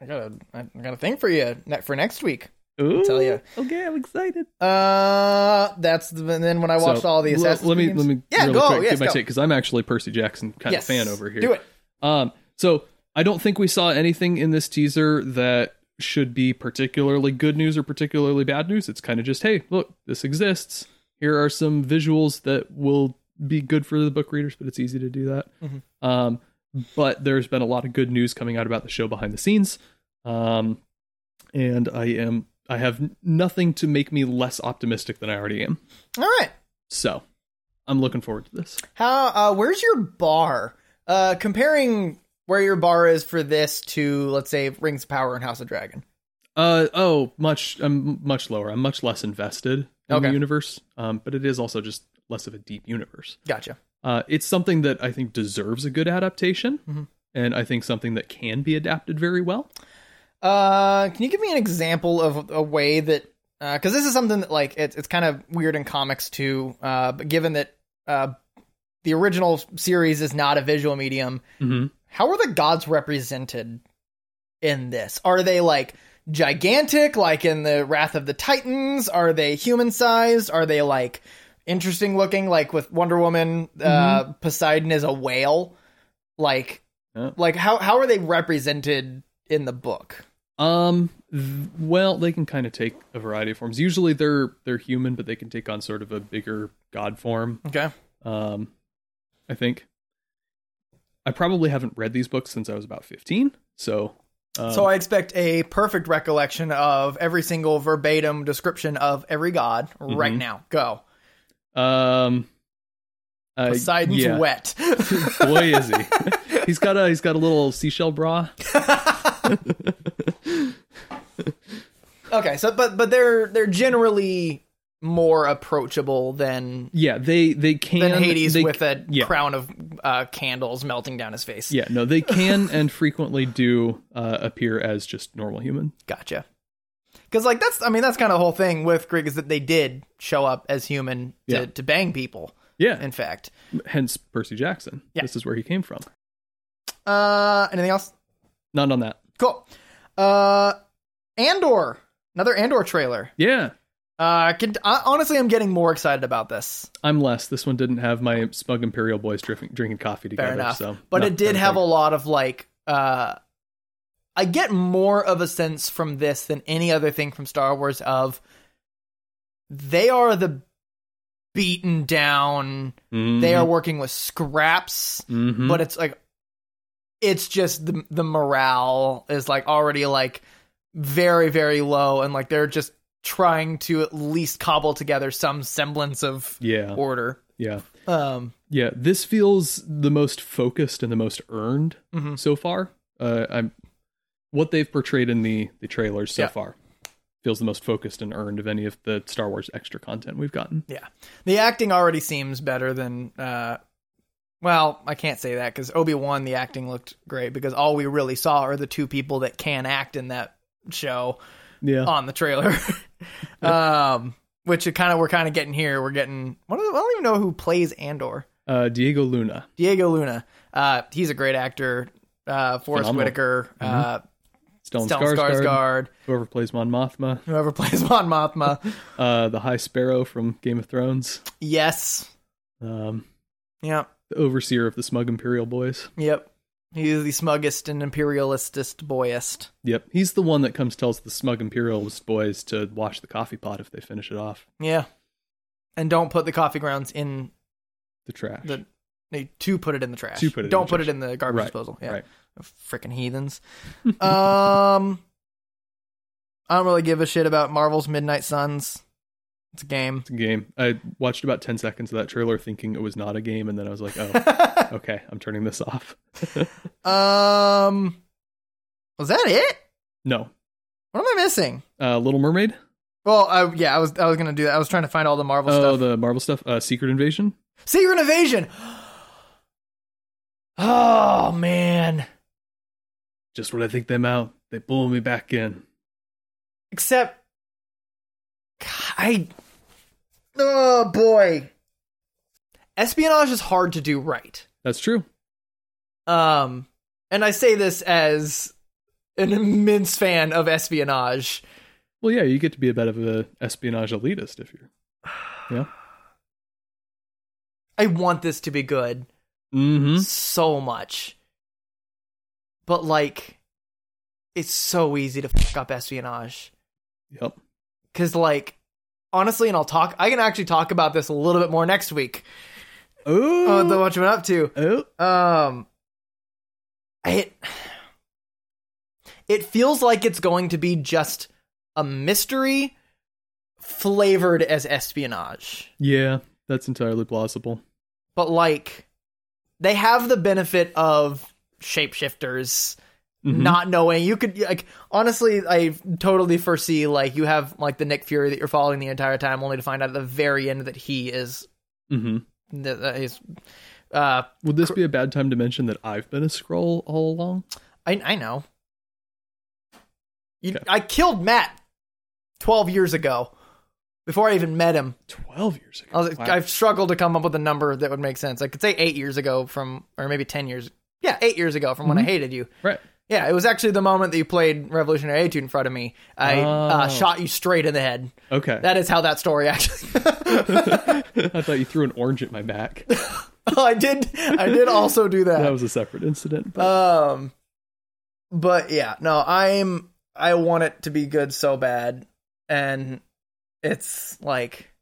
S1: I got a I got a thing for you ne- for next week.
S2: Ooh,
S1: tell ya.
S2: Okay, I'm excited.
S1: Uh, that's the, and then when I watched
S2: So,
S1: all the
S2: l-
S1: Assassin's
S2: let me
S1: Creed
S2: let
S1: games-
S2: me
S1: yeah
S2: really
S1: go
S2: quick
S1: yes
S2: give my
S1: go.
S2: take because I'm actually Percy Jackson kind
S1: Yes.
S2: of fan over here.
S1: Do it.
S2: Um, so I don't think we saw anything in this teaser that should be particularly good news or particularly bad news. It's kind of just, hey, look, this exists. Here are some visuals that will be good for the book readers, but it's easy to do that.
S1: Mhm.
S2: Um, but there's been a lot of good news coming out about the show behind the scenes. Um, and I am I have nothing to make me less optimistic than I already am.
S1: All right.
S2: So I'm looking forward to this.
S1: How uh where's your bar? Uh comparing where your bar is for this to let's say Rings of Power and House of Dragon.
S2: Uh oh, much I'm much lower. I'm much less invested in
S1: Okay.
S2: the universe. Um, but it is also just less of a deep universe.
S1: Gotcha.
S2: Uh, it's something that I think deserves a good adaptation,
S1: Mhm.
S2: and I think something that can be adapted very well.
S1: Uh can you give me an example of a way that uh cuz this is something that like it's it's kind of weird in comics too uh but given that uh the original series is not a visual medium,
S2: Mm-hmm.
S1: how are the gods represented in this? Are they like gigantic, like in the Wrath of the Titans? Are they human sized? Are they like interesting looking, like with Wonder Woman? Uh, Poseidon is a whale. Like,
S2: Yeah.
S1: like how how are they represented in the book?
S2: Um, th- well, they can kind of take a variety of forms. Usually they're they're human, but they can take on sort of a bigger god form.
S1: Okay,
S2: Um, I think I probably haven't read these books since I was about fifteen, so. Um,
S1: so I expect a perfect recollection of every single verbatim description of every god right
S2: Mhm.
S1: now. Go,
S2: Um, uh,
S1: Poseidon's
S2: yeah.
S1: wet.
S2: Boy, is he? he's got a he's got a little seashell bra.
S1: Okay, so but but they're they're generally more approachable than
S2: Yeah, they they can
S1: than Hades
S2: they,
S1: with a
S2: yeah.
S1: crown of uh, candles melting down his face.
S2: Yeah, no, they can and frequently do uh, appear as just normal human.
S1: Gotcha. Because like that's I mean that's kind of the whole thing with Greek is that they did show up as human to,
S2: Yeah.
S1: to bang people.
S2: Yeah,
S1: In fact,
S2: hence Percy Jackson.
S1: Yeah.
S2: This is where he came from.
S1: uh, anything else?
S2: Not on that.
S1: Cool. Uh, Andor, another Andor trailer.
S2: Yeah,
S1: Uh, could, uh, honestly, I'm getting more excited about this.
S2: I'm less. This one didn't have my smug imperial boys drinking drinking coffee
S1: Fair
S2: together.
S1: enough.
S2: So,
S1: but
S2: not-
S1: it did
S2: not
S1: have
S2: big.
S1: a lot of like uh I get more of a sense from this than any other thing from Star Wars of they are the beaten down. They are working with scraps,
S2: Mhm.
S1: but it's like it's just the the morale is like already like very very low and like they're just trying to at least cobble together some semblance of
S2: Yeah.
S1: order.
S2: Yeah.
S1: Um
S2: Yeah, this feels the most focused and the most earned
S1: Mhm.
S2: so far. Uh, I'm what they've portrayed in the the trailers so
S1: Yeah.
S2: far feels the most focused and earned of any of the Star Wars extra content we've gotten.
S1: yeah. The acting already seems better than uh well, I can't say that cuz Obi-Wan the acting looked great because all we really saw are the two people that can act in that show.
S2: Yeah,
S1: on the trailer. um, which it kind of we're kind of getting here. We're getting one of the, I don't even know who plays Andor.
S2: uh, Diego Luna.
S1: Diego Luna. Uh, he's a great actor. Uh, Forrest
S2: Phenomenal.
S1: Whitaker, uh,
S2: Stellan
S1: Stellan
S2: Skarsgård,
S1: Skarsgård,
S2: whoever plays Mon Mothma,
S1: whoever plays Mon Mothma.
S2: uh, the High Sparrow from Game of Thrones,
S1: yes.
S2: um,
S1: Yep.
S2: the overseer of the Smug Imperial Boys.
S1: Yep. He is the smuggest and imperialistest boyest.
S2: Yep, he's the one that comes tells the Smug Imperialist Boys to wash the coffee pot if they finish it off
S1: Yeah. And don't put the coffee grounds in
S2: the trash.
S1: the. They to put it in the trash.
S2: To put it in
S1: don't
S2: the
S1: put
S2: trash.
S1: it in the garbage
S2: Right,
S1: disposal. Yeah.
S2: Right.
S1: freaking heathens. um, I don't really give a shit about Marvel's Midnight Suns. It's a game.
S2: game. I watched about 10 seconds of that trailer thinking it was not a game, and then I was like, oh, okay, I'm turning this off.
S1: um, was that it?
S2: No.
S1: What am I missing?
S2: Uh, Little Mermaid?
S1: Well, I, yeah, I was I was gonna do that. I was trying to find all the Marvel
S2: oh,
S1: stuff.
S2: the Marvel stuff. Uh, Secret Invasion?
S1: Secret Invasion. Oh man!
S2: Just when I think them out, they pull me back in.
S1: Except, God, I. Oh boy. Espionage is hard to do right.
S2: That's true.
S1: Um, and I say this as an immense fan of espionage.
S2: Well, yeah, you get to be a bit of a espionage elitist if you're.
S1: I want this to be good
S2: Mm-hmm.
S1: so much, but like, it's so easy to fuck up espionage
S2: Yep.
S1: because, like, honestly, and I'll talk. I can actually talk about this a little bit more next week.
S2: Oh,
S1: Uh, the what you went up to.
S2: oh.
S1: Um, it it feels like it's going to be just a mystery flavored as espionage,
S2: Yeah, that's entirely plausible.
S1: but like they have the benefit of shapeshifters
S2: Mhm.
S1: not knowing you could like honestly i totally foresee like you have like the nick fury that you're following the entire time only to find out at the very end that he is
S2: Mhm.
S1: that that he's uh
S2: Would this be a bad time to mention that I've been a scroll all along?
S1: I I know. You,
S2: Okay.
S1: I killed Matt twelve years ago, before I even met him.
S2: 12 years ago.
S1: I was,
S2: Wow.
S1: I've struggled to come up with a number that would make sense. I could say eight years ago from, or maybe ten years. Yeah, eight years ago from when
S2: Mm-hmm.
S1: I hated you.
S2: Right.
S1: Yeah, it was actually the moment that you played Revolutionary Etude in front of me. I uh,
S2: Oh.
S1: shot you straight in the head.
S2: Okay.
S1: That is how that story actually.
S2: I thought you threw an orange at my back.
S1: I did. I did also do
S2: That was a separate incident. But
S1: Um, but yeah, no, I'm I want it to be good so bad, and it's like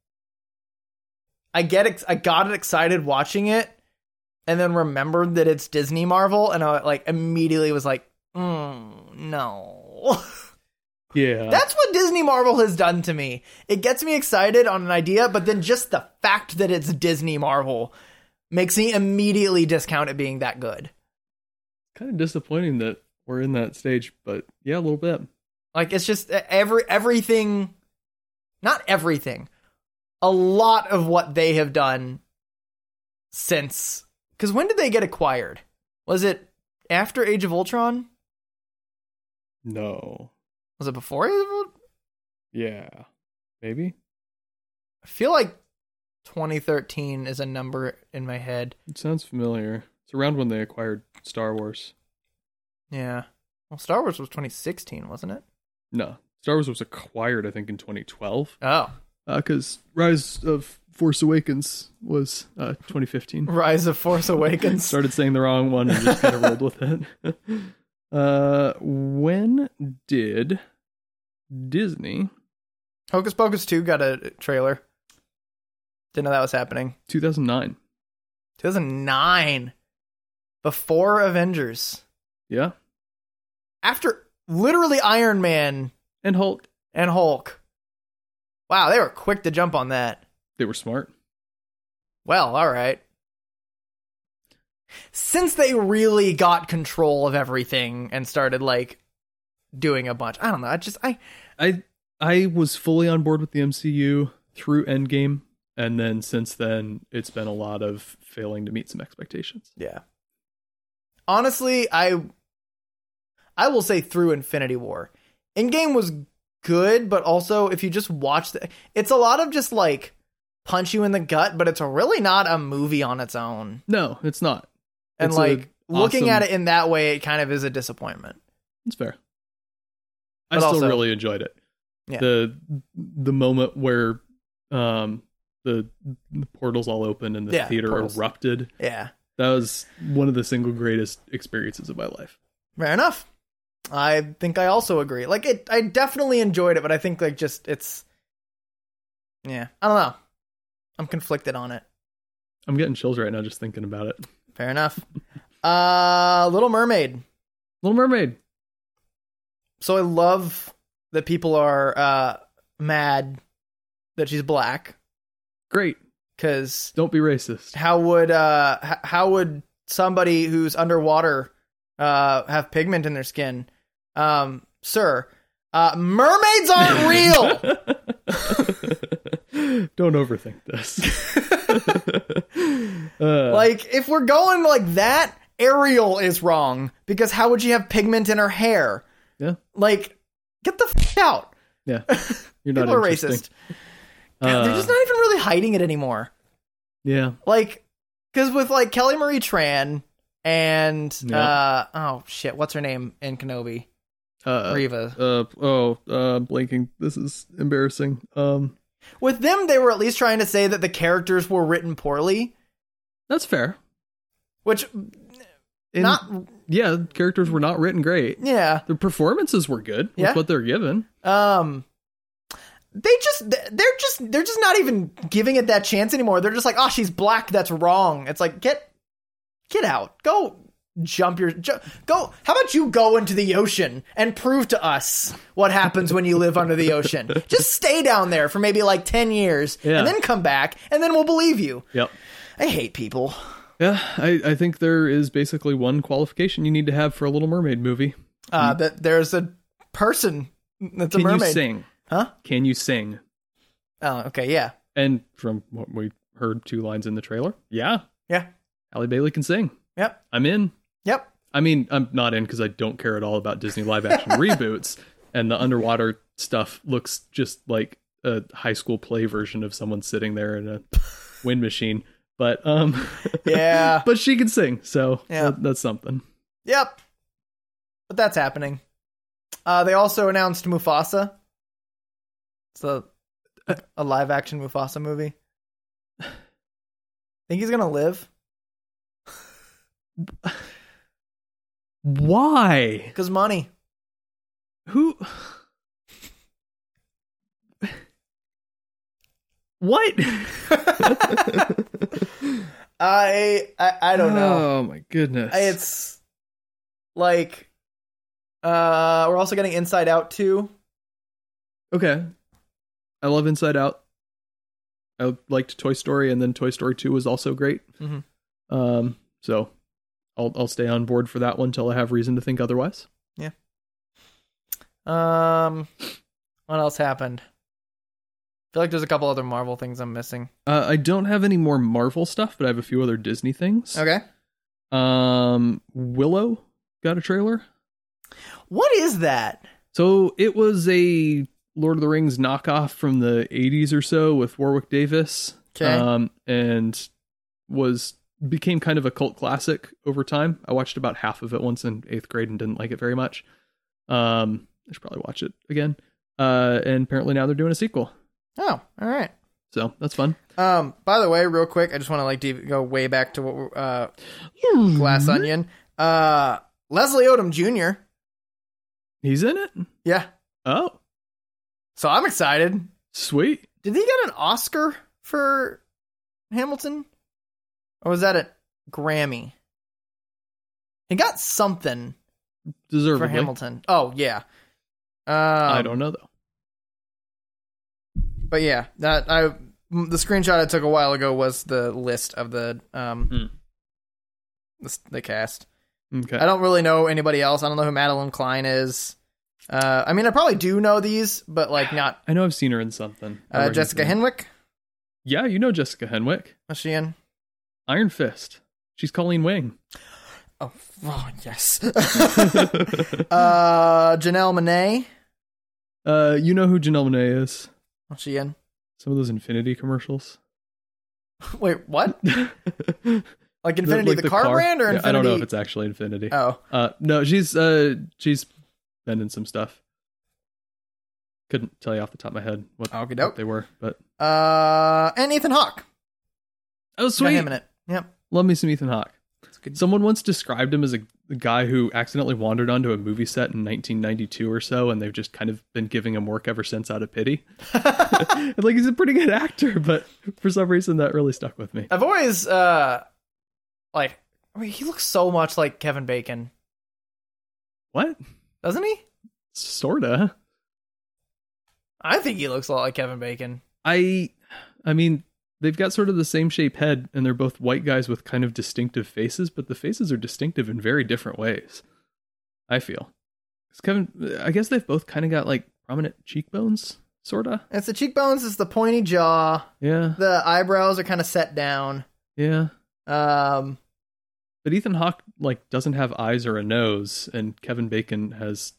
S1: I get ex- I got it excited watching it, and then remembered that it's Disney Marvel, and I like immediately was like, mm, no.
S2: yeah,
S1: That's what Disney Marvel has done to me. It gets me excited on an idea, but then just the fact that it's Disney Marvel makes me immediately discount it being that good.
S2: kind of disappointing that we're in that stage, but yeah, a little bit.
S1: Like it's just e, every everything, not everything, a lot of what they have done since. Because when did they get acquired? Was it after Age of Ultron?
S2: No.
S1: Was it before Age of Ultron?
S2: Yeah. Maybe.
S1: I feel like 2013 is a number in my head.
S2: It sounds familiar. It's around when they acquired Star Wars.
S1: Yeah. Well, Star Wars was 2016, wasn't it?
S2: No. Star Wars was acquired, I think, in 2012.
S1: Oh,
S2: Because Rise of Force Awakens was uh, 2015.
S1: Rise of Force Awakens.
S2: Started saying the wrong one and just kind of rolled with it. Uh, when did Disney
S1: Hocus Pocus 2 got a trailer. Didn't know that was happening.
S2: 2009?
S1: 2009 before avengers
S2: Yeah.
S1: After literally Iron Man
S2: And Hulk.
S1: and Hulk. Wow, they were quick to jump on that.
S2: They were smart.
S1: Well, all right. Since they really got control of everything and started like doing a bunch, I don't know. I just I
S2: I I was fully on board with the MCU through Endgame, and then since then it's been a lot of failing to meet some expectations.
S1: yeah. Honestly, I I will say through Infinity War, Endgame was good, but also if you just watch the, it's a lot of just like punch you in the gut, but it's really not a movie on its own.
S2: No, it's not.
S1: And
S2: It's a
S1: like looking
S2: awesome-
S1: at it in that way, it kind of is a disappointment.
S2: It's fair. I
S1: But
S2: still
S1: also-
S2: really enjoyed it.
S1: Yeah.
S2: The the moment where um the, the portals all opened and the
S1: Yeah,
S2: theater
S1: portals.
S2: erupted.
S1: Yeah.
S2: That was one of the single greatest experiences of my life.
S1: Fair enough. I think I also agree. Like it I definitely enjoyed it, but I think like just it's Yeah. I don't know. I'm conflicted on it.
S2: I'm getting chills right now just thinking about it.
S1: Fair enough. uh Little Mermaid.
S2: Little Mermaid.
S1: So I love that people are uh mad that she's black
S2: Great.
S1: cuz
S2: Don't be racist.
S1: how would uh h- how would somebody who's underwater uh have pigment in their skin? Um sir, uh mermaids aren't real.
S2: Don't overthink this. Uh,
S1: Like, if we're going like that, Ariel is wrong because how would she have pigment in her hair?
S2: Yeah.
S1: Like, get the f- out.
S2: yeah, you're not
S1: People are
S2: interesting.
S1: racist. God, They're
S2: Uh,
S1: just not even really hiding it anymore.
S2: Yeah,
S1: Like, because with like Kelly Marie Tran and
S2: Yeah.
S1: uh oh shit, what's her name in Kenobi?
S2: uh,
S1: Reva.
S2: uh, oh, uh, blanking. This is embarrassing. Um,
S1: With them, they were at least trying to say that the characters were written poorly,
S2: that's fair.
S1: which
S2: And,
S1: not
S2: yeah, characters were not written great.
S1: yeah.
S2: The performances were good with
S1: Yeah.
S2: what they're given.
S1: Um, they just th- they're just they're just not even giving it that chance anymore. They're just like, oh, she's black. That's wrong. It's like get get out. Go jump your ju- go. How about you go into the ocean and prove to us what happens when you live under the ocean? Just stay down there for maybe like ten years
S2: Yeah.
S1: and then come back and then we'll believe you.
S2: Yep.
S1: I hate people.
S2: Yeah, I, I think there is basically one qualification you need to have for a Little Mermaid movie.
S1: Uh, that there's a person that's
S2: Mm-hmm. Can
S1: a mermaid.
S2: you sing?
S1: Huh?
S2: Can you sing?
S1: Oh, okay, yeah,
S2: And from what we heard, two lines in the trailer. Yeah,
S1: yeah,
S2: Allie Bailey can sing.
S1: yep,
S2: I'm in.
S1: yep.
S2: I mean, I'm not in because I don't care at all about Disney live action reboots, and the underwater stuff looks just like a high school play version of someone sitting there in a wind machine. But um,
S1: Yeah.
S2: but she can sing, so
S1: Yeah.
S2: that- that's something.
S1: Yep. But that's happening. Uh, they also announced Mufasa. It's a, a live action Mufasa movie. Think he's gonna live?
S2: Why?
S1: Cause money.
S2: Who? What?
S1: I I, I don't know.
S2: Oh my goodness!
S1: I- It's like uh we're also getting Inside Out 2.
S2: Okay. I love Inside Out. I liked Toy Story, and then Toy Story Two was also great.
S1: Mhm.
S2: Um, so I'll I'll stay on board for that one till I have reason to think otherwise.
S1: Um what else happened? I feel like there's a couple other Marvel things I'm missing.
S2: Uh, I don't have any more Marvel stuff, but I have a few other Disney things.
S1: Okay.
S2: Um, Willow got a trailer,
S1: What is that?
S2: so it was a Lord of the Rings knockoff from the '80s or so with Warwick Davis.
S1: Okay.
S2: Um, and was became kind of a cult classic over time. I watched about half of it once in eighth grade and didn't like it very much. Um, I should probably watch it again. Uh, and apparently now they're doing a sequel,
S1: Oh, all right.
S2: so that's fun.
S1: Um, by the way, real quick, I just want to like dev- go way back to what we're, uh, Glass
S2: Mm-hmm.
S1: Onion. Uh, Leslie Odom Jr.
S2: He's in it.
S1: Yeah,
S2: Oh,
S1: so I'm excited.
S2: sweet.
S1: Did he get an Oscar for Hamilton, or was that a Grammy? He got something.
S2: deservedly.
S1: for Hamilton. Oh yeah. Um,
S2: I don't know though.
S1: But yeah, that I the screenshot I took a while ago was the list of the um
S2: Hmm.
S1: the, s- the cast.
S2: Okay.
S1: I don't really know anybody else. I don't know who Madeline Klein is. Uh, I mean, I probably do know these, but like not
S2: I know I've seen her in something. I
S1: uh,
S2: recognize
S1: Jessica
S2: her.
S1: Henwick.
S2: Yeah, you know Jessica Henwick.
S1: Was she in?
S2: Iron Fist. She's Colleen Wing.
S1: Oh, oh yes. uh, Janelle Monet.
S2: uh, you know who Janelle Monae is?
S1: Was she in?
S2: Some of those Infinity commercials.
S1: Wait, what? Like Infinity, the,
S2: like
S1: car, brand, or
S2: Yeah,
S1: Infinity?
S2: I don't know if it's actually Infinity.
S1: Oh,
S2: Uh, no, she's uh, she's been in some stuff. Couldn't tell you off the top of my head what,
S1: Okey doke.
S2: what they were, but
S1: uh, and Ethan Hawke.
S2: oh
S1: Got
S2: sweet,
S1: him in it. Yep.
S2: love me some Ethan Hawke.
S1: It's good.
S2: Someone once described him as a, a guy who accidentally wandered onto a movie set in 1992 or so, and they've just kind of been giving him work ever since out of pity. And, like he's a pretty good actor, but for some reason that really stuck with me.
S1: I've always uh like I mean he looks so much like Kevin Bacon,
S2: What?
S1: doesn't he?
S2: Sorta.
S1: I think he looks a lot like Kevin Bacon.
S2: I, I mean, they've got sort of the same shape head, and they're both white guys with kind of distinctive faces, but the faces are distinctive in very different ways. I feel. 'Cause Kevin, I guess they've both kind of got like prominent cheekbones, sorta.
S1: It's the cheekbones, it's the pointy jaw,
S2: Yeah,
S1: the eyebrows are kind of set down.
S2: yeah.
S1: Um
S2: But Ethan Hawke like doesn't have eyes or a nose, and Kevin Bacon has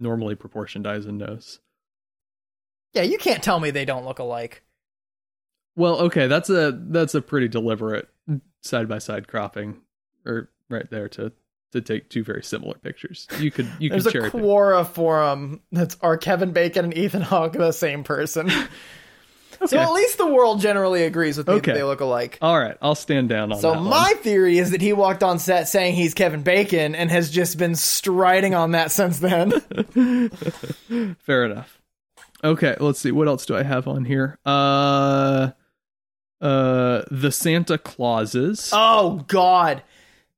S2: normally proportioned eyes and nose.
S1: yeah, you can't tell me they don't look alike.
S2: Well, okay, that's a that's a pretty deliberate side by side cropping, or right there to to take two very similar pictures. You could you could
S1: There's a
S2: cherry pick.
S1: Quora forum that's are Kevin Bacon and Ethan Hawke the same person. So
S2: Okay.
S1: at least the world generally agrees with me
S2: Okay.
S1: that they look alike.
S2: All right, I'll stand down on
S1: So
S2: that.
S1: my theory is that he walked on set saying he's Kevin Bacon and has just been striding on that since then.
S2: one. fair enough. Okay, let's see. What else do I have on here? Uh, uh, the Santa Clauses.
S1: Oh God!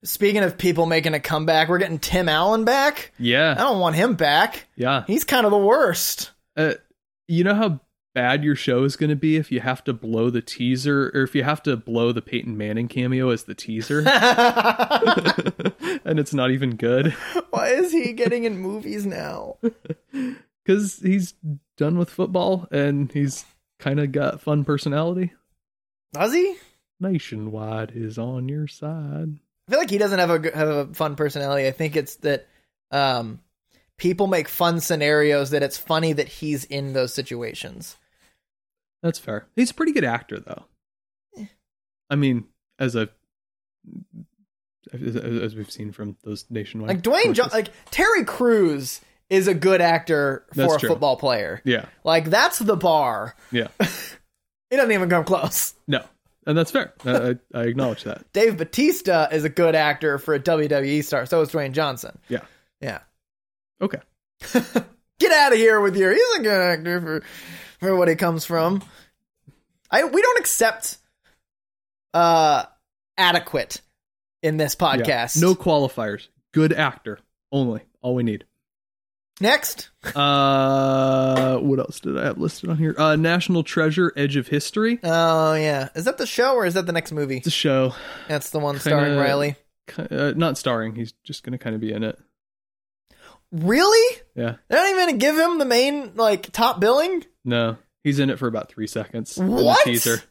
S1: Speaking of people making a comeback, we're getting Tim Allen back. I
S2: yeah,
S1: don't want him back.
S2: yeah.
S1: He's kind of the worst.
S2: uh, you know how bad your show is going to be if you have to blow the teaser or if you have to blow the Peyton Manning cameo as the teaser
S1: Why
S2: and it's not even good
S1: is he getting in movies now?
S2: cuz he's done with football and he's kind of got fun personality.
S1: Does he?
S2: Nationwide is on your side.
S1: I feel like he doesn't have a g- have a fun personality. I think it's that um, people make fun scenarios that it's funny that he's in those situations.
S2: That's fair. He's a pretty good actor though.
S1: Eh.
S2: I mean, as a as, as we've seen from those nationwide
S1: Like Dwayne, jo-
S2: choices.
S1: like Terry Crews is a good actor for
S2: That's
S1: a
S2: true.
S1: football player.
S2: yeah
S1: Like that's the bar.
S2: yeah
S1: It doesn't even come close.
S2: no and that's fair I, I, I acknowledge that
S1: Dave Batista is a good actor for a WWE star. So is Dwayne Johnson.
S2: Yeah.
S1: Yeah.
S2: Okay.
S1: Get out of here with your. He's a good actor for for what he comes from. I we don't accept uh adequate in this podcast.
S2: No qualifiers. Good actor only. All we need.
S1: Next.
S2: Uh, what else did I have listed on here? Uh, National Treasure: Edge of History.
S1: Oh yeah. Is that the show or is that the next movie?
S2: It's a show,
S1: That's the one starring
S2: Kinda-
S1: Riley.
S2: ki- uh, not starring. He's just gonna kind of be in it.
S1: Really?
S2: Yeah.
S1: They're not even gonna give him the main like top billing?
S2: No, he's in it for about three seconds. in the
S1: What?
S2: teaser?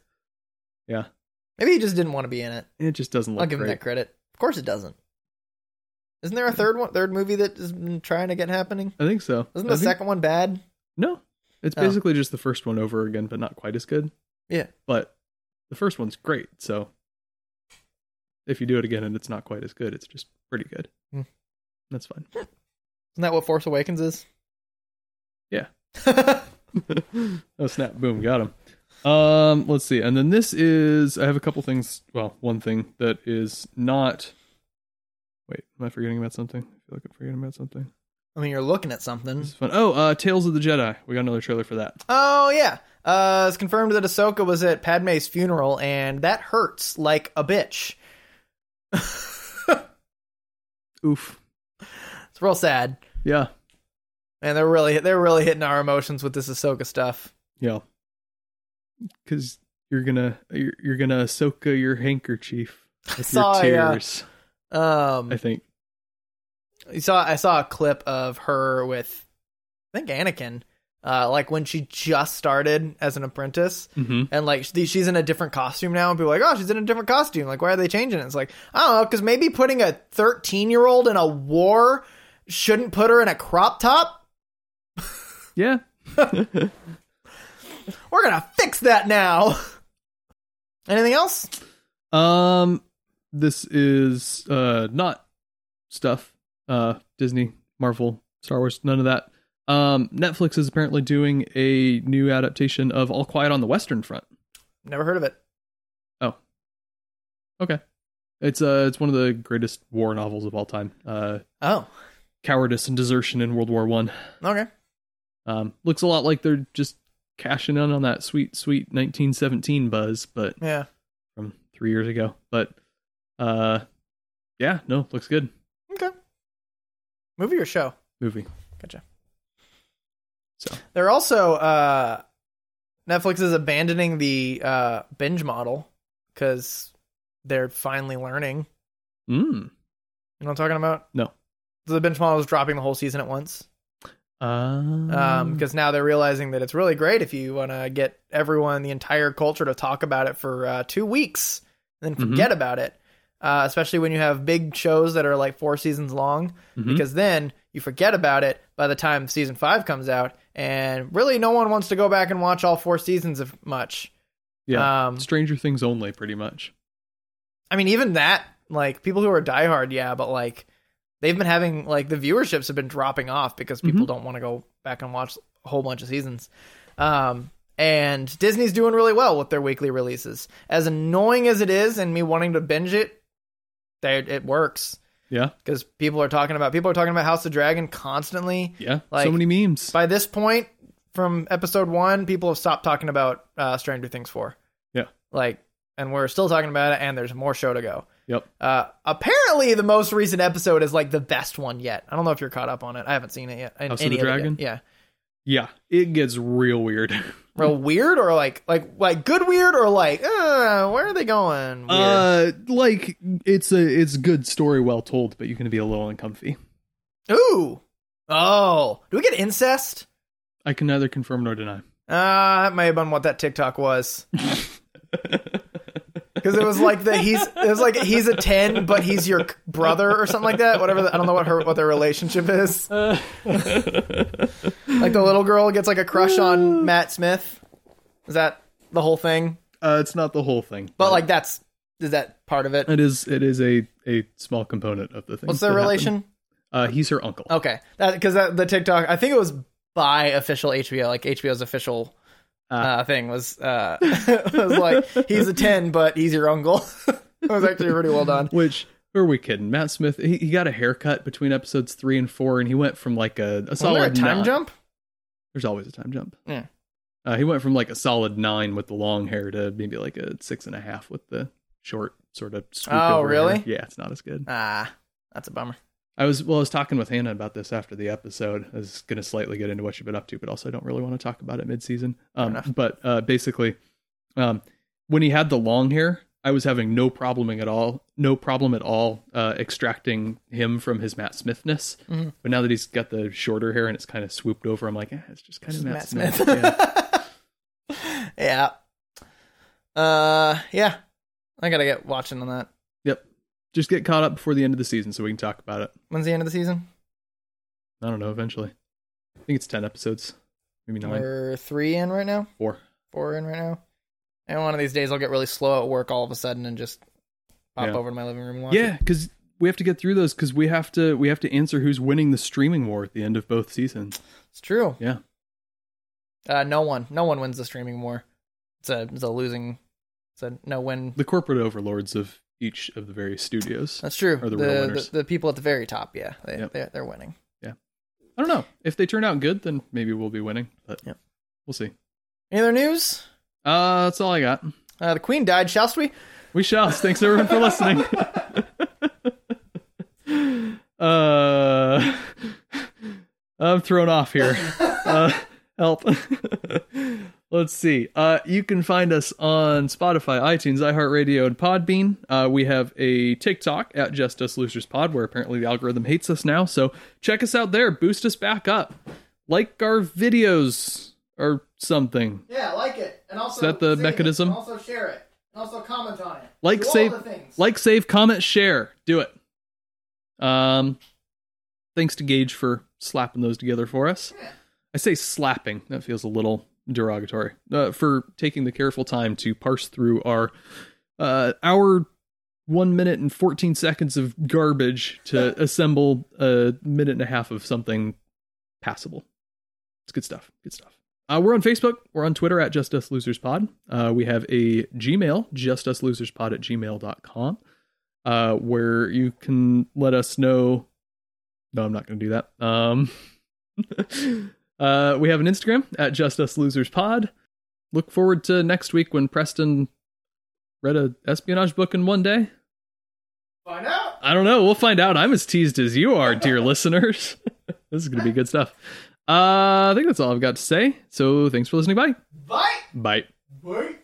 S1: Maybe he just didn't want to be in it.
S2: It just doesn't look
S1: I'll give him
S2: great.
S1: that credit. Of course it doesn't. Isn't there a third one, third movie that has been trying to get happening?
S2: I think so.
S1: Isn't
S2: I
S1: the
S2: think-
S1: second one bad?
S2: No, it's
S1: Oh.
S2: basically just the first one over again, but not quite as good.
S1: Yeah.
S2: But the first one's great. So if you do it again and it's not quite as good, it's just pretty good.
S1: Hmm.
S2: That's fine.
S1: Isn't that what Force Awakens is?
S2: Yeah.
S1: I
S2: oh snap! Boom, got him. Um, let's see, and then this is I have a couple things. Well, one thing that is not. Wait, am I forgetting about something? I feel like I'm forgetting about something.
S1: mean, you're looking at something.
S2: This is fun. Oh, uh, Tales of the Jedi. We got another trailer for that.
S1: Oh yeah. Uh, it's confirmed that Ahsoka was at Padme's funeral, and that hurts like a bitch.
S2: Oof.
S1: It's It's real sad.
S2: Yeah.
S1: And they're really they're really hitting our emotions with this Ahsoka stuff.
S2: Yeah. Cuz you're going to you're, you're going to Ahsoka your handkerchief with
S1: Saw,
S2: your
S1: yeah.
S2: tears,
S1: Um
S2: I think.
S1: you saw I saw a clip of her with I think Anakin uh like when she just started as an apprentice
S2: Mhm.
S1: and like she- she's in a different costume now and people are like oh she's in a different costume like why are they changing it it's like i don't know because maybe putting a 13 year old in a war shouldn't put her in a crop top
S2: Yeah.
S1: we're gonna fix that now anything else
S2: Um, this is uh not stuff. Uh, Disney, Marvel, Star Wars, none of that. Um, Netflix is apparently doing a new adaptation of All Quiet on the Western Front.
S1: never heard of it
S2: It's uh, it's one of the greatest war novels of all time. Uh,
S1: oh
S2: cowardice and desertion in World War One.
S1: okay
S2: Um, looks a lot like they're just cashing in on that sweet, sweet 1917 buzz, but
S1: yeah
S2: from three years ago. But uh, yeah, no, looks good.
S1: movie or show
S2: Movie.
S1: they're also uh netflix is abandoning the uh binge model because they're finally learning
S2: Mm.
S1: you know what i'm talking about
S2: No.
S1: so the binge model is dropping the whole season at once
S2: Um,
S1: um because now they're realizing that it's really great if you want to get everyone the entire culture to talk about it for uh, two weeks and then
S2: Mhm.
S1: forget about it uh, especially when you have big shows that are like four seasons long
S2: Mhm.
S1: because then you forget about it by the time season five comes out and really no one wants to go back and watch all four seasons of much
S2: yeah,
S1: um
S2: Stranger Things only, pretty much.
S1: i mean even that like people who are diehard yeah but like they've been having like the viewerships have been dropping off because people
S2: Mhm.
S1: don't want to go back and watch a whole bunch of seasons um and disney's doing really well with their weekly releases as annoying as it is and me wanting to binge it they, it works
S2: Yeah,
S1: because people are talking about people are talking about house of dragon constantly
S2: yeah.
S1: Like,
S2: so many memes.
S1: by this point from episode one, people have stopped talking about uh, Stranger Things four.
S2: Yeah.
S1: like, and we're still talking about it, and there's more show to go.
S2: Yep.
S1: Uh, apparently, the most recent episode is like the best one yet. I don't know if you're caught up on it. I haven't seen it yet.
S2: House of
S1: Any it yet.
S2: the Dragon?
S1: Yeah,
S2: Yeah, it gets real weird.
S1: real weird or like like like good weird or like uh, where are they going? Weird.
S2: Uh, like it's a it's good story, well told, but you can be a little uncomfy.
S1: Ooh, oh, do we get incest?
S2: I can neither confirm nor deny.
S1: Uh, that may have been what that TikTok was. Because it was like the he's it was like he's a ten, but he's your c- brother or something like that. Whatever the, I don't know what her what their relationship is. Like the little girl gets like a crush on Matt Smith. Is that the whole thing?
S2: Uh, it's not the whole thing,
S1: But like that's is that part of it?
S2: it is it is a a small component of the thing.
S1: What's their relation? Oh.
S2: Uh, he's her uncle.
S1: Okay, that because that, the TikTok I think it was by official HBO like HBO's official. Uh, thing was uh was like he's a 10 but he's your uncle it was actually pretty well done
S2: Which who are we kidding? Matt Smith. He, he got a haircut between episodes three and four, and he went from like a, a
S1: was there a
S2: solid
S1: time
S2: nine-
S1: jump
S2: There's always a time jump.
S1: Yeah.
S2: Uh, he went from like a solid nine with the long hair to maybe like a six and a half with the short sort of. swoop
S1: Oh,
S2: over
S1: really?
S2: hair. Yeah, it's not as good.
S1: ah that's a bummer
S2: I was well, I was talking with Hannah about this after the episode. I was going to slightly get into what you've been up to, but also I don't really want to talk about it mid-season. Um,
S1: enough.
S2: but uh, basically, um, when he had the long hair, I was having no problem at all, no problem at all uh, extracting him from his Matt Smithness.
S1: Mhm.
S2: But now that he's got the shorter hair and it's kind of swooped over, I'm like, eh, it's just kind of Matt,
S1: Matt
S2: Smith.
S1: Smith.
S2: Yeah.
S1: yeah. Uh, yeah. I gotta get watching on that.
S2: just get caught up before the end of the season so we can talk about it.
S1: When's the end of the season?
S2: I don't know. Eventually, I think it's ten episodes, maybe 9
S1: We're three in right now.
S2: four.
S1: Four in right now. And one of these days, I'll get really slow at work all of a sudden and just pop
S2: Yeah.
S1: over to my living room and watch.
S2: Yeah,
S1: it.
S2: because we have to get through those because we have to we have to answer who's winning the streaming war at the end of both seasons.
S1: it's true.
S2: Yeah.
S1: Uh, no one, no one wins the streaming war. It's a, it's a losing. It's a no win.
S2: The corporate overlords of each of the various studios.
S1: That's true.
S2: Are
S1: the,
S2: the real winners.
S1: the people at the very top, yeah, they,
S2: Yep.
S1: they're, they're winning.
S2: I don't know if they turn out good, then maybe we'll be winning, but
S1: Yep.
S2: we'll see.
S1: Any other news?
S2: Uh, that's all I got.
S1: Uh, the queen died. Shall we?
S2: We shall. Thanks everyone for listening. uh, I'm thrown off here. uh, help. Let's see. Uh, you can find us on Spotify, iTunes, iHeartRadio, and Podbean. Uh, we have a TikTok at Just Us Losers Pod, where apparently the algorithm hates us now. So check us out there. Boost us back up. Like our videos or something.
S1: Yeah, like it, and also
S2: Is that the
S1: save it,
S2: mechanism?
S1: and also share it, and also comment on it.
S2: Like,
S1: Do all
S2: save-
S1: the things.
S2: Like, save, comment, share. Do it. Um, thanks to Gage for slapping those together for us.
S1: Yeah.
S2: I say slapping. That feels a little derogatory. Uh, for taking the careful time to parse through our uh, hour, one minute and fourteen seconds of garbage to assemble a minute and a half of something passable. It's good stuff. Good stuff. Uh, we're on Facebook. We're on Twitter at Just Us Losers Pod. Uh, we have a Gmail, justuslosers.pod at gmail.com, uh, where you can let us know. No, I'm not going to do that. Um, uh, we have an Instagram at Just Us Losers Pod. Look forward to next week when Preston read a espionage book in one day.
S1: Find out.
S2: I don't know. We'll find out. I'm as teased as you are, dear listeners. this is going to be good stuff. Uh, I think that's all I've got to say. So thanks for listening. Bye.
S1: Bye.
S2: Bye.
S1: Bye.